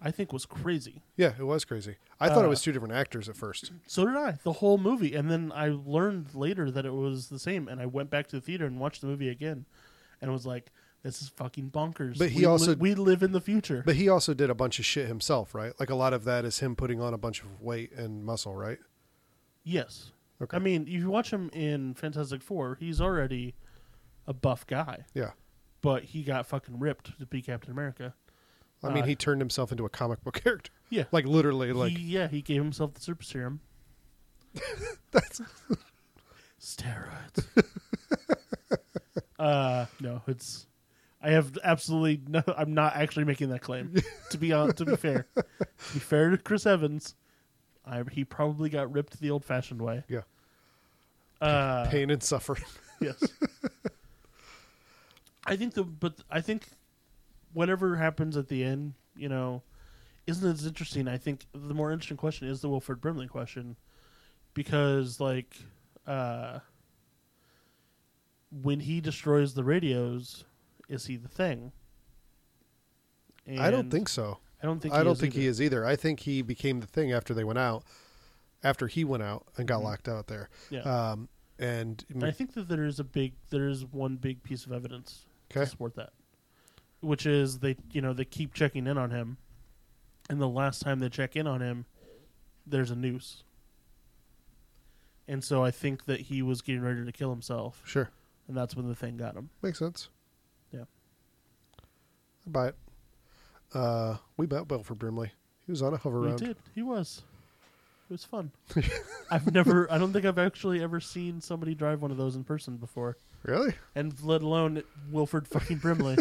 Speaker 2: I think was crazy.
Speaker 3: Yeah, it was crazy. I thought it
Speaker 2: Uh,
Speaker 3: was two different actors at first.
Speaker 2: So did I. The whole movie, and then I learned later that it was the same, and I went back to the theater and watched the movie again, and was like, "This is fucking bonkers."
Speaker 3: But he
Speaker 2: We
Speaker 3: also-
Speaker 2: we live in the future.
Speaker 3: But he also did a bunch of shit himself, right? Like a lot of that is him putting on a bunch of weight and muscle, right?
Speaker 2: yes,
Speaker 3: Okay.
Speaker 2: I mean, if you watch him in Fantastic Four, he's already a buff guy,
Speaker 3: Yeah.
Speaker 2: but he got fucking ripped to be Captain America.
Speaker 3: I mean,
Speaker 2: Uh,
Speaker 3: he turned himself into a comic book character.
Speaker 2: Yeah,
Speaker 3: Like literally, like
Speaker 2: he, yeah, he gave himself the super serum. That's steroids. uh, no, it's. I have absolutely no. I'm not actually making that claim. to be on, to be fair, to be fair to Chris Evans, I, he probably got ripped the old-fashioned way.
Speaker 3: Yeah.
Speaker 2: Uh,
Speaker 3: pain and suffering.
Speaker 2: yes. I think the but I think whatever happens at the end, you know, isn't as interesting. I think the more interesting question is the Wilfred Brimley question, because like uh, when he destroys the radios, is he the thing?
Speaker 3: I don't
Speaker 2: And
Speaker 3: think so.
Speaker 2: I don't think.
Speaker 3: I
Speaker 2: he
Speaker 3: don't
Speaker 2: is
Speaker 3: think
Speaker 2: either.
Speaker 3: he is either. I think he became the thing after they went out, after he went out and got
Speaker 2: Mhm.
Speaker 3: locked out there.
Speaker 2: Yeah.
Speaker 3: Um, and
Speaker 2: And I think that there is a big, there is one big piece of evidence to
Speaker 3: Okay.
Speaker 2: support that, which is they, you know, they keep checking in on him, and the last time they check in on him, there's a noose, and so I think that he was getting ready to kill himself,
Speaker 3: sure,
Speaker 2: and that's when the thing got him.
Speaker 3: makes sense.
Speaker 2: Yeah.
Speaker 3: I buy it. Uh, we met Belford Brimley. He was on a hover
Speaker 2: He
Speaker 3: round.
Speaker 2: did. He was. It was fun. I've never. I don't think I've actually ever seen somebody drive one of those in person before.
Speaker 3: Really?
Speaker 2: and let alone Wilford fucking Brimley,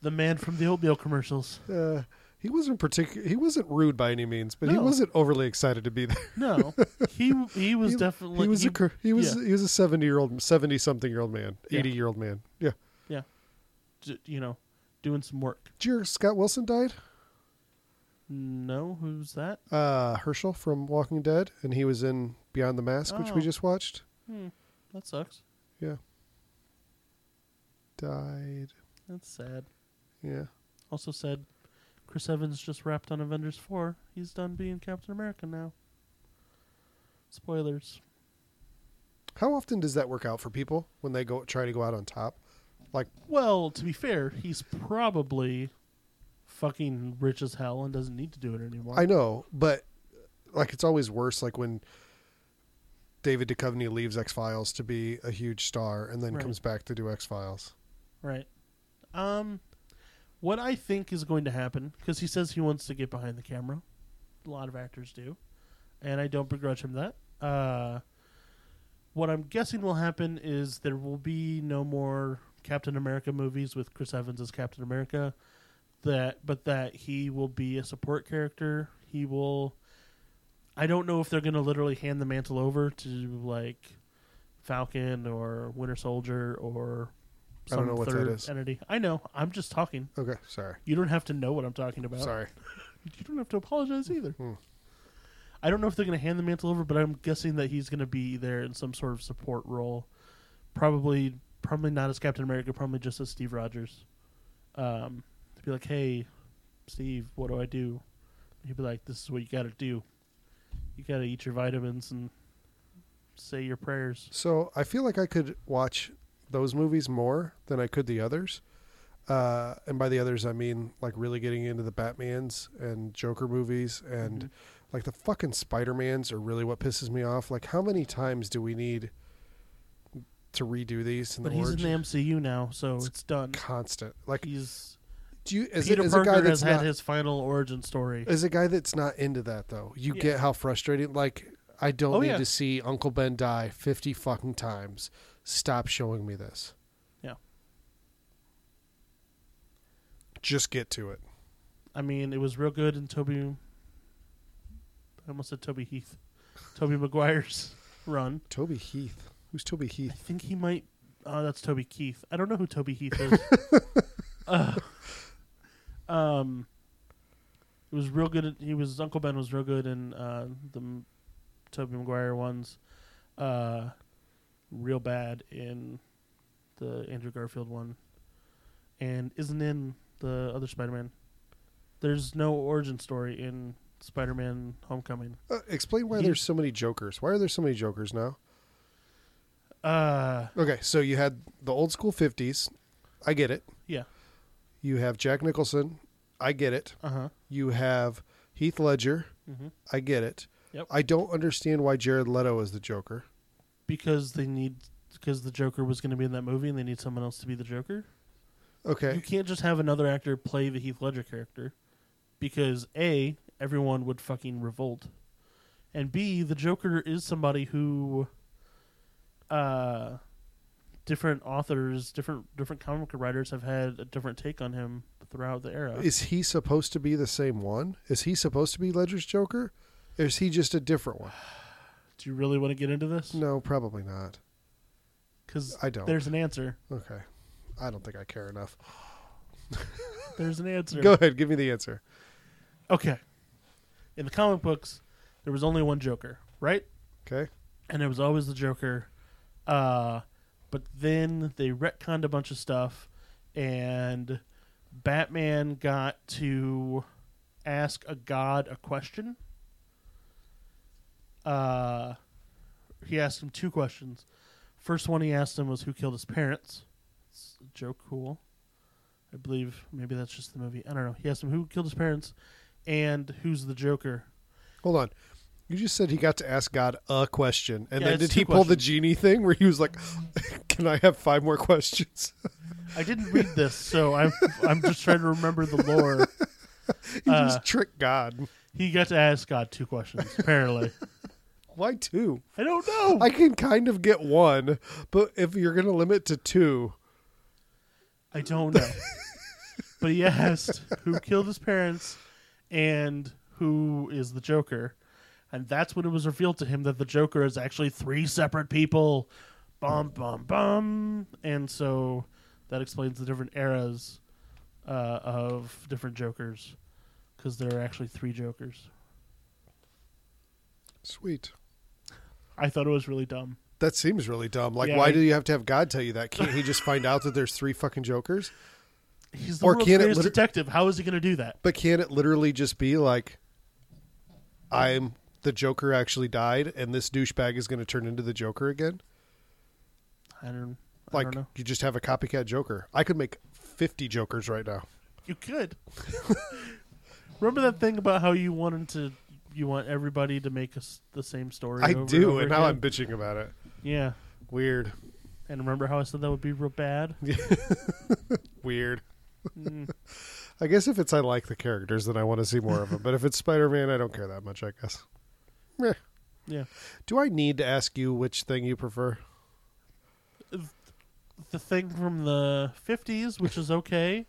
Speaker 2: the man from the oatmeal commercials.
Speaker 3: Uh, he wasn't particular. He wasn't rude by any means, but he
Speaker 2: No.
Speaker 3: wasn't overly excited to be there.
Speaker 2: No, he he was
Speaker 3: He-
Speaker 2: definitely
Speaker 3: he was a cur- he was
Speaker 2: yeah.
Speaker 3: he was a seventy year old seventy something year old man,
Speaker 2: Yeah.
Speaker 3: eighty year old man. Yeah.
Speaker 2: d- you know doing some work.
Speaker 3: Did you hear Scott Wilson died?
Speaker 2: No, who's that?
Speaker 3: Uh, Herschel from Walking Dead, and he was in Beyond the Mask, which we
Speaker 2: Oh.
Speaker 3: just watched.
Speaker 2: Hmm, that sucks.
Speaker 3: Died.
Speaker 2: That's sad.
Speaker 3: Yeah.
Speaker 2: Also sad. Chris Evans just wrapped on Avengers four. He's done being Captain America now. Spoilers.
Speaker 3: How often does that work out for people when they go try to go out on top?
Speaker 2: Well, to be fair, he's probably fucking rich as hell and doesn't need to do it anymore.
Speaker 3: I know, but like it's always worse. Like when David Duchovny leaves X Files to be a huge star, and then
Speaker 2: Right.
Speaker 3: comes back to do X Files.
Speaker 2: Right. Um, what I think is going to happen because he says he wants to get behind the camera, a lot of actors do, and I don't begrudge him that. Uh, what I'm guessing will happen is there will be no more Captain America movies with Chris Evans as Captain America. That, but that he will be a support character. He will. I don't know if they're going to literally hand the mantle over to like Falcon or Winter Soldier or
Speaker 3: I
Speaker 2: some
Speaker 3: don't know what that
Speaker 2: third
Speaker 3: is.
Speaker 2: entity. I know. I'm just talking.
Speaker 3: Okay, sorry,
Speaker 2: You don't have to know what I'm talking about.
Speaker 3: sorry.
Speaker 2: You don't have to apologize either.
Speaker 3: Hmm.
Speaker 2: I don't know if they're going to hand the mantle over, but I'm guessing that he's going to be there in some sort of support role. Probably, probably not as Captain America. Probably just as Steve Rogers. Um, to be like, hey, Steve, what do I do? He'd be like, this is what you got to do. You got to eat your vitamins and say your prayers.
Speaker 3: So I feel like I could watch those movies more than I could the others. Uh, and by the others, I mean like really getting into the Batman's and Joker movies and
Speaker 2: Mhm.
Speaker 3: like the fucking Spider Man's are really what pisses me off. Like, how many times do we need to redo these? In
Speaker 2: But
Speaker 3: the
Speaker 2: he's
Speaker 3: origin?
Speaker 2: in the MCU now, so
Speaker 3: It's
Speaker 2: it's done.
Speaker 3: constant. Like,
Speaker 2: He's
Speaker 3: do you as,
Speaker 2: Peter
Speaker 3: a, as a
Speaker 2: Parker
Speaker 3: guy
Speaker 2: has
Speaker 3: that's
Speaker 2: had
Speaker 3: not,
Speaker 2: his final origin story.
Speaker 3: as a guy that's not into that though, you
Speaker 2: Yeah.
Speaker 3: get how frustrating. Like, I don't
Speaker 2: Oh,
Speaker 3: need
Speaker 2: yeah.
Speaker 3: to see Uncle Ben die fifty fucking times. Stop showing me this.
Speaker 2: Yeah.
Speaker 3: Just get to it.
Speaker 2: I mean, it was real good in Toby. I almost said Toby Heath, Toby Maguire's run.
Speaker 3: Toby Heath. Who's Toby
Speaker 2: I
Speaker 3: Heath?
Speaker 2: think he might. Oh, that's Toby Keith. I don't know who Toby Heath is. uh, um, it was real good. at- He was Uncle Ben was real good in uh, the M- Toby Maguire ones. Uh, real bad in the Andrew Garfield one, and isn't in the other Spider-Man. There's no origin story in Spider-Man: Homecoming.
Speaker 3: Uh, explain why
Speaker 2: He-
Speaker 3: there's so many Jokers. Why are there so many Jokers now?
Speaker 2: Uh,
Speaker 3: Okay, so you had the old school 50s. I get it.
Speaker 2: yeah.
Speaker 3: You have Jack Nicholson. I get it.
Speaker 2: Uh huh.
Speaker 3: You have Heath Ledger.
Speaker 2: Mhm.
Speaker 3: I get it.
Speaker 2: Yep.
Speaker 3: I don't understand why Jared Leto is the Joker.
Speaker 2: Because they need because the Joker was going to be in that movie, and they need someone else to be the Joker. You
Speaker 3: Okay.
Speaker 2: can't just have another actor play the Heath Ledger character, because a everyone would fucking revolt, and b the Joker is somebody who, uh, different authors, different different comic book writers have had a different take on him throughout the era.
Speaker 3: Is he supposed to be the same one? Is he supposed to be Ledger's Joker? Or is he just a different one?
Speaker 2: Do you really want to get into this?
Speaker 3: No, probably not.
Speaker 2: Because
Speaker 3: I don't.
Speaker 2: there's an answer.
Speaker 3: Okay. I don't think I care enough.
Speaker 2: There's an answer.
Speaker 3: Go ahead, give me the answer.
Speaker 2: Okay. In the comic books, there was only one Joker, right?
Speaker 3: Okay.
Speaker 2: and it was always the Joker. Uh, but then they retconned a bunch of stuff, and Batman got to ask a god a question. Uh, he asked him two questions. First one he asked him was who killed his parents. It's a joke cool. I believe maybe that's just the movie. I don't know. He asked him who killed his parents and who's the Joker.
Speaker 3: Hold on. You just said he got to ask God a question. And
Speaker 2: Yeah,
Speaker 3: then
Speaker 2: it's
Speaker 3: did
Speaker 2: two
Speaker 3: he pull the
Speaker 2: questions.
Speaker 3: genie thing where he was like, Can I have five more questions?
Speaker 2: I didn't read this, so I'm I'm just trying to remember the lore.
Speaker 3: he
Speaker 2: Uh,
Speaker 3: just tricked God.
Speaker 2: He got to ask God two questions. Apparently,
Speaker 3: Why two?
Speaker 2: I don't know.
Speaker 3: I can kind of get one, but if you're going to limit to two,
Speaker 2: I don't know. But he asked who killed his parents and who is the Joker, and that's when it was revealed to him that the Joker is actually three separate people. Bum bum bum, and so that explains the different eras uh, of different Jokers, because there are actually three Jokers.
Speaker 3: sweet.
Speaker 2: I thought it was really dumb.
Speaker 3: That seems really dumb. Like,
Speaker 2: Yeah,
Speaker 3: why
Speaker 2: I-
Speaker 3: do you have to have God tell you that? Can't he just find out that there's three fucking jokers?
Speaker 2: He's the
Speaker 3: Or
Speaker 2: world's
Speaker 3: can it
Speaker 2: greatest
Speaker 3: liter-
Speaker 2: detective. How is he going to do that?
Speaker 3: But can it literally just be like, I'm the Joker actually died, and this douchebag is going to turn into the Joker again?
Speaker 2: I don't. I
Speaker 3: Like,
Speaker 2: don't know.
Speaker 3: you just have a copycat Joker. I could make 50 Jokers right now.
Speaker 2: You could. Remember that thing about how you wanted to, you want everybody to make us the same story.
Speaker 3: I
Speaker 2: over
Speaker 3: do,
Speaker 2: over
Speaker 3: and now I'm
Speaker 2: again?
Speaker 3: bitching about it.
Speaker 2: Yeah,
Speaker 3: Weird.
Speaker 2: and remember how I said that would be real bad.
Speaker 3: Weird.
Speaker 2: Mm.
Speaker 3: I guess if it's I like the characters, then I want to see more of them. But if it's Spider Man, I don't care that much, I guess. Meh.
Speaker 2: Yeah,
Speaker 3: Do I need to ask you which thing you prefer?
Speaker 2: the thing from the '50s, which is okay.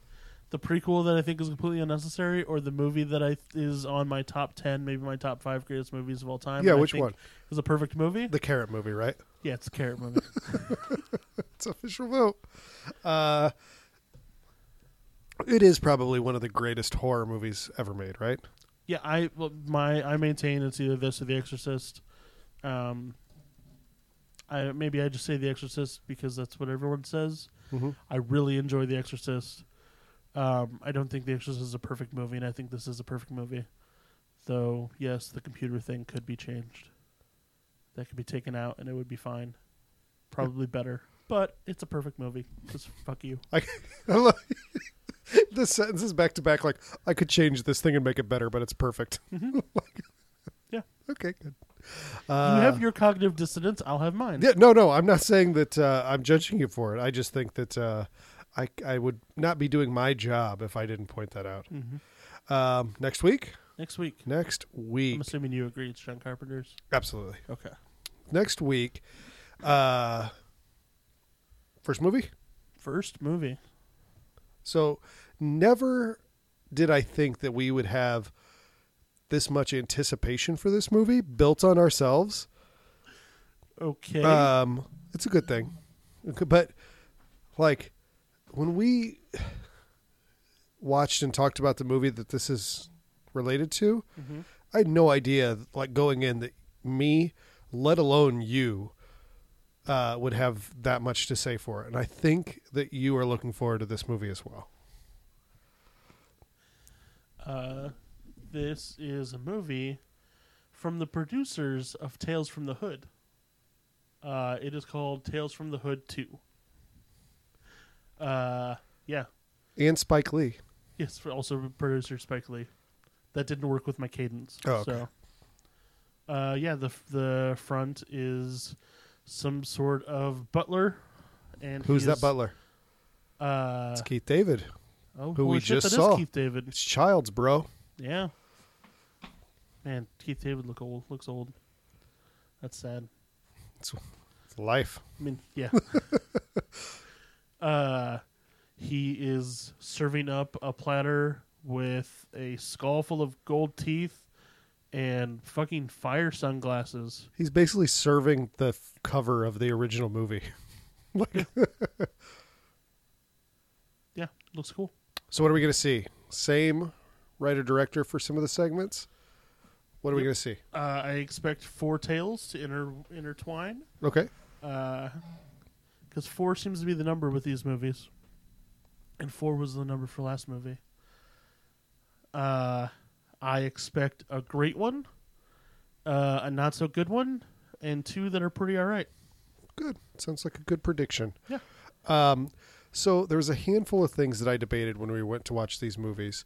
Speaker 2: The prequel that I think is completely unnecessary, or the movie that I is on my top ten, maybe my top five greatest movies of all time.
Speaker 3: Yeah,
Speaker 2: and I
Speaker 3: which
Speaker 2: think
Speaker 3: one?
Speaker 2: is a perfect movie?
Speaker 3: The Carrot movie, right?
Speaker 2: yeah, it's a carrot movie.
Speaker 3: It's official vote. Uh, it is probably one of the greatest horror movies ever made, right?
Speaker 2: Yeah, I well, my I maintain it's either this or The Exorcist. Um, I maybe I just say The Exorcist because that's what everyone says.
Speaker 3: Mm-hmm.
Speaker 2: I really enjoy The Exorcist. Um, I don't think The Exorcist is a perfect movie, and I think this is a perfect movie. Though yes, the computer thing could be changed. That could be taken out, and it would be fine. Probably better, but it's a perfect movie. Just fuck you.
Speaker 3: the sentence is back to back. Like I could change this thing and make it better, but it's perfect. Like-
Speaker 2: Mm-hmm. Yeah.
Speaker 3: Okay. Good.
Speaker 2: you have your cognitive dissonance. I'll have mine.
Speaker 3: Uh, Yeah, no, no. I'm not saying that uh, I'm judging you for it. I just think that uh, I I would not be doing my job if I didn't point that out.
Speaker 2: Mhm.
Speaker 3: Um, next week.
Speaker 2: Next week.
Speaker 3: Next
Speaker 2: I'm
Speaker 3: week.
Speaker 2: assuming you agree it's John Carpenter's.
Speaker 3: Absolutely.
Speaker 2: Okay.
Speaker 3: Next week. Uh, first movie.
Speaker 2: First movie.
Speaker 3: So never did I think that we would have this much anticipation for this movie built on ourselves.
Speaker 2: Okay.
Speaker 3: Um, it's a good thing, Okay, but like when we watched and talked about the movie that this is related to,
Speaker 2: Mhm.
Speaker 3: I had no idea, like going in, that me, let alone you, uh, would have that much to say for it. And I think that you are looking forward to this movie as well.
Speaker 2: Uh, this is a movie from the producers of Tales from the Hood. Uh, it is called Tales from the Hood Two. Uh, yeah,
Speaker 3: and Spike Lee.
Speaker 2: yes, for also producer Spike Lee. That didn't work with my cadence.
Speaker 3: Oh, okay.
Speaker 2: So, uh, yeah, the f- the front is some sort of butler, and
Speaker 3: Who's
Speaker 2: he
Speaker 3: that
Speaker 2: is,
Speaker 3: butler?
Speaker 2: Uh,
Speaker 3: It's Keith David.
Speaker 2: oh,
Speaker 3: who
Speaker 2: holy
Speaker 3: we
Speaker 2: shit,
Speaker 3: just
Speaker 2: that is
Speaker 3: saw.
Speaker 2: Keith David.
Speaker 3: It's Childs, bro.
Speaker 2: Yeah. Man, Keith David look old. Looks old. That's sad.
Speaker 3: It's life.
Speaker 2: I mean, yeah. uh, he is serving up a platter with a skull full of gold teeth and fucking fire sunglasses.
Speaker 3: He's basically serving the f- cover of the original movie. Like-
Speaker 2: Yeah, looks cool.
Speaker 3: so what are we going to see? Same writer director for some of the segments. What are we going to see?
Speaker 2: Uh, I expect four tales to inter- intertwine
Speaker 3: Okay.
Speaker 2: because Uh, four seems to be the number with these movies, and four was the number for last movie. Uh, I expect a great one, uh, a not so good one, and two that are pretty all right.
Speaker 3: Good. Sounds like a good prediction.
Speaker 2: Yeah.
Speaker 3: Um, so there was a handful of things that I debated when we went to watch these movies,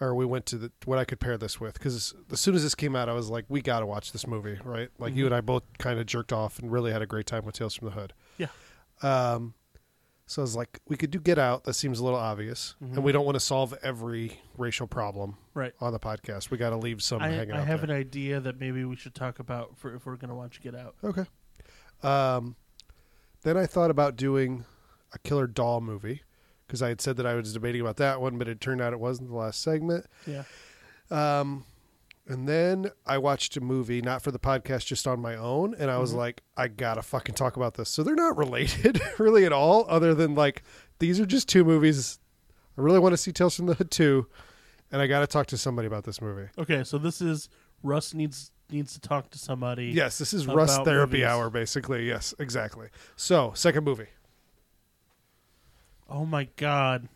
Speaker 3: or we went to the, what I could pair this with. Because as soon as this came out, I was like, we got to watch this movie, right? Like
Speaker 2: Mm-hmm.
Speaker 3: you and I both kind of jerked off and really had a great time with Tales from the Hood.
Speaker 2: Yeah.
Speaker 3: Um, so I was like, we could do Get Out. That seems a little obvious, and we
Speaker 2: Mm-hmm.
Speaker 3: don't want to solve every racial problem
Speaker 2: Right.
Speaker 3: on the podcast. We got to leave some
Speaker 2: I,
Speaker 3: hanging
Speaker 2: I
Speaker 3: out
Speaker 2: have
Speaker 3: there.
Speaker 2: an idea that maybe we should talk about for if we're gonna watch Get Out.
Speaker 3: Okay. Um, then I thought about doing a Killer Doll movie because I had said that I was debating about that one, but it turned out it wasn't the last segment.
Speaker 2: Yeah.
Speaker 3: Um, and then I watched a movie, not for the podcast, just on my own, and I
Speaker 2: Mm-hmm.
Speaker 3: was like, I gotta fucking talk about this. So they're not related really at all, other than like these are just two movies. I really want to see Tales from the Hood two, and I gotta talk to somebody about this movie.
Speaker 2: Okay, so this is Russ needs needs to talk to somebody.
Speaker 3: Yes, this is Russ
Speaker 2: About
Speaker 3: Therapy
Speaker 2: movies.
Speaker 3: Hour, basically. Yes, exactly. So, second movie.
Speaker 2: Oh my god,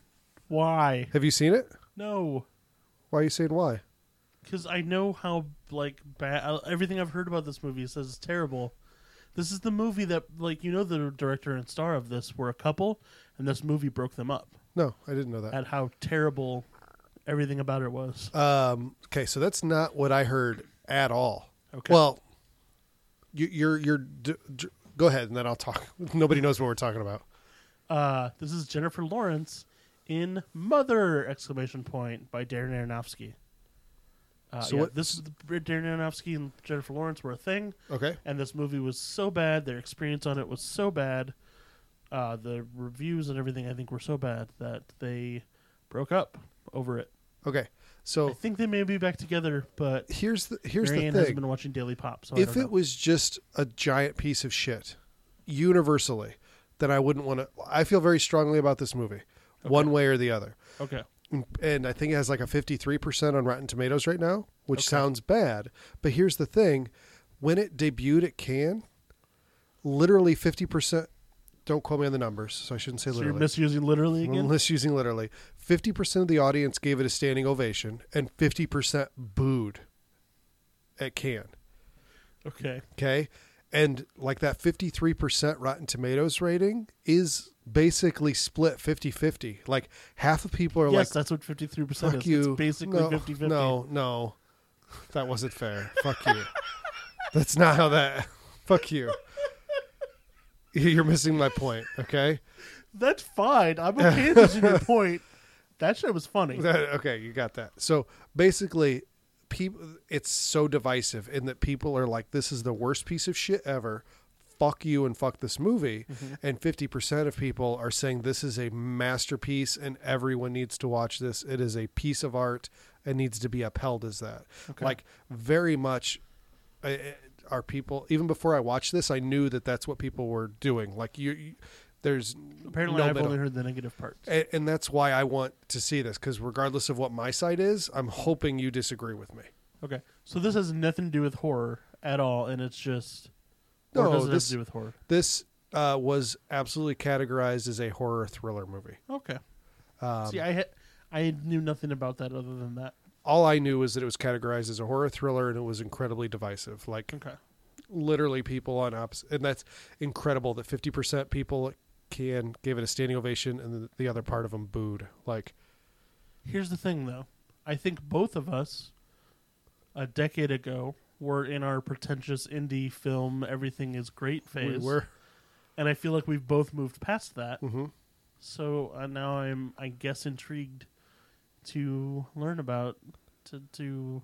Speaker 2: why?
Speaker 3: Have you seen it?
Speaker 2: No.
Speaker 3: Why are you saying why?
Speaker 2: because I know how like bad I- everything I've heard about this movie says it's terrible. This is the movie that like you know the director and star of this were a couple, and this movie broke them up
Speaker 3: No, I didn't know that.
Speaker 2: at how terrible everything about it was.
Speaker 3: Um, okay, so that's not what I heard at all.
Speaker 2: Okay.
Speaker 3: Well, you, you're you're d- d- go ahead and then I'll talk. Nobody knows what we're talking about.
Speaker 2: Uh, this is Jennifer Lawrence in Mother! Exclamation point by Darren Aronofsky. Uh,
Speaker 3: So
Speaker 2: yeah,
Speaker 3: what-
Speaker 2: this is the, Darren Aronofsky and Jennifer Lawrence were a thing.
Speaker 3: Okay.
Speaker 2: and this movie was so bad their experience on it was so bad uh, the reviews and everything i think were so bad that they broke up over it
Speaker 3: Okay.
Speaker 2: i
Speaker 3: So
Speaker 2: think they may be back together but
Speaker 3: here's the Oh. here's
Speaker 2: Marianne
Speaker 3: the
Speaker 2: has
Speaker 3: thing.
Speaker 2: been watching daily pop so
Speaker 3: if
Speaker 2: I don't
Speaker 3: it
Speaker 2: know.
Speaker 3: was just a giant piece of shit universally, then I wouldn't want to I feel very strongly about this movie one way or the other.
Speaker 2: okay
Speaker 3: and I think it has like a 53% on Rotten Tomatoes right now, which sounds bad. But here's the thing when it debuted at Cannes, literally 50%, don't quote me on the numbers, so I shouldn't say
Speaker 2: so you're
Speaker 3: literally.
Speaker 2: misusing literally again
Speaker 3: Unless using literally, 50% of the audience gave it a standing ovation and 50% booed at Cannes.
Speaker 2: okay
Speaker 3: Okay. And like that 53% Rotten Tomatoes rating is basically split 50 50. Like half of people are
Speaker 2: yes
Speaker 3: like,
Speaker 2: that's what 53%
Speaker 3: Fuck
Speaker 2: is
Speaker 3: you.
Speaker 2: it's basically
Speaker 3: no,
Speaker 2: 50-50
Speaker 3: No, no. That wasn't fair. Fuck you. That's not how that. Fuck you. You're missing my point, okay?
Speaker 2: that's fine i'm okay with your point that shit was funny
Speaker 3: That- okay, you got that. So basically, people, it's so divisive in that people are like, "This is the worst piece of shit ever." Fuck you and fuck this movie.
Speaker 2: Mm-hmm.
Speaker 3: And fifty percent of people are saying this is a masterpiece and everyone needs to watch this. It is a piece of art and needs to be upheld as that. Like very much. I- I- Are people even before I watched this? I knew that that's what people were doing. Like you, you there's
Speaker 2: apparently
Speaker 3: no
Speaker 2: i've
Speaker 3: middle.
Speaker 2: only heard the negative parts
Speaker 3: And, and that's why I want to see this because regardless of what my side is, I'm hoping you disagree with me.
Speaker 2: okay so this has nothing to do with horror at all and it's just or
Speaker 3: No,
Speaker 2: does it have
Speaker 3: this-
Speaker 2: to do with horror
Speaker 3: This uh, was absolutely categorized as a horror thriller movie. Um,
Speaker 2: Okay. See, I ha- I knew nothing about that other than that.
Speaker 3: All I knew was that it was categorized as a horror thriller and it was incredibly divisive. Like
Speaker 2: Okay.
Speaker 3: literally people on opposite, and that's incredible that fifty percent people can gave it a standing ovation, and the, the other part of them booed. Like,
Speaker 2: Here's the thing, though. I think both of us, a decade ago, were in our pretentious indie film, everything is great phase.
Speaker 3: we were.
Speaker 2: And I feel like we've both moved past that.
Speaker 3: Mm-hmm.
Speaker 2: So uh, now I'm, I guess, intrigued to learn about, to, to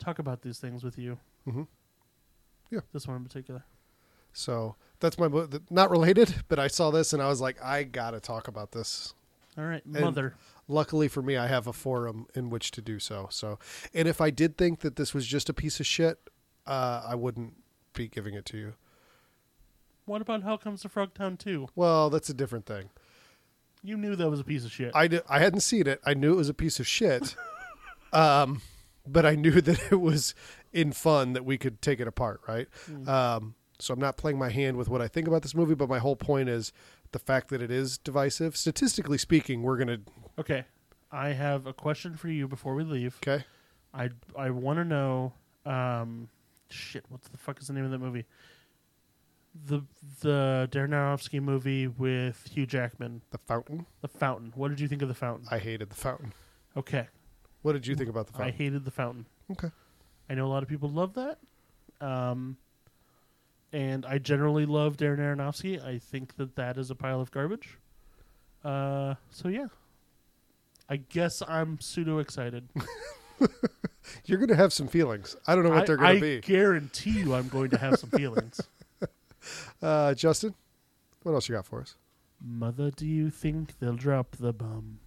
Speaker 2: talk about these things with you.
Speaker 3: Mhm. Yeah.
Speaker 2: This one in particular.
Speaker 3: So that's my book. th- Not related, but I saw this and I was like, I gotta talk about this.
Speaker 2: All right, Mother.
Speaker 3: Luckily for me, I have a forum in which to do so. So, and if I did think that this was just a piece of shit, uh, I wouldn't be giving it to you.
Speaker 2: What about How Comes to Frogtown 2?
Speaker 3: Well, that's a different thing.
Speaker 2: You knew that was a piece of shit.
Speaker 3: I, di- I hadn't seen it. I knew it was a piece of shit. um, but I knew that it was in fun that we could take it apart, right? Um, so I'm not playing my hand with what I think about this movie, but my whole point is the fact that it is divisive. Statistically speaking, we're going to.
Speaker 2: okay. I have a question for you before we leave.
Speaker 3: Okay.
Speaker 2: I I want to know. Um, shit, what the fuck is the name of that movie? The the Darren Aronofsky movie with Hugh Jackman,
Speaker 3: The Fountain.
Speaker 2: The Fountain. What did you think of The Fountain?
Speaker 3: I hated The Fountain.
Speaker 2: okay,
Speaker 3: What did you think about The
Speaker 2: I
Speaker 3: Fountain?
Speaker 2: hated The Fountain.
Speaker 3: Okay.
Speaker 2: I know a lot of people love that. Um, and I generally love Darren Aronofsky. I think that that is a pile of garbage. Uh, so yeah. I guess I'm pseudo excited.
Speaker 3: You're going to have some feelings. I don't know what
Speaker 2: I-
Speaker 3: they're going
Speaker 2: I
Speaker 3: to be.
Speaker 2: guarantee you I'm going to have some feelings.
Speaker 3: Uh, Justin, what else you got for us?
Speaker 2: Mother, do you think they'll drop the bomb?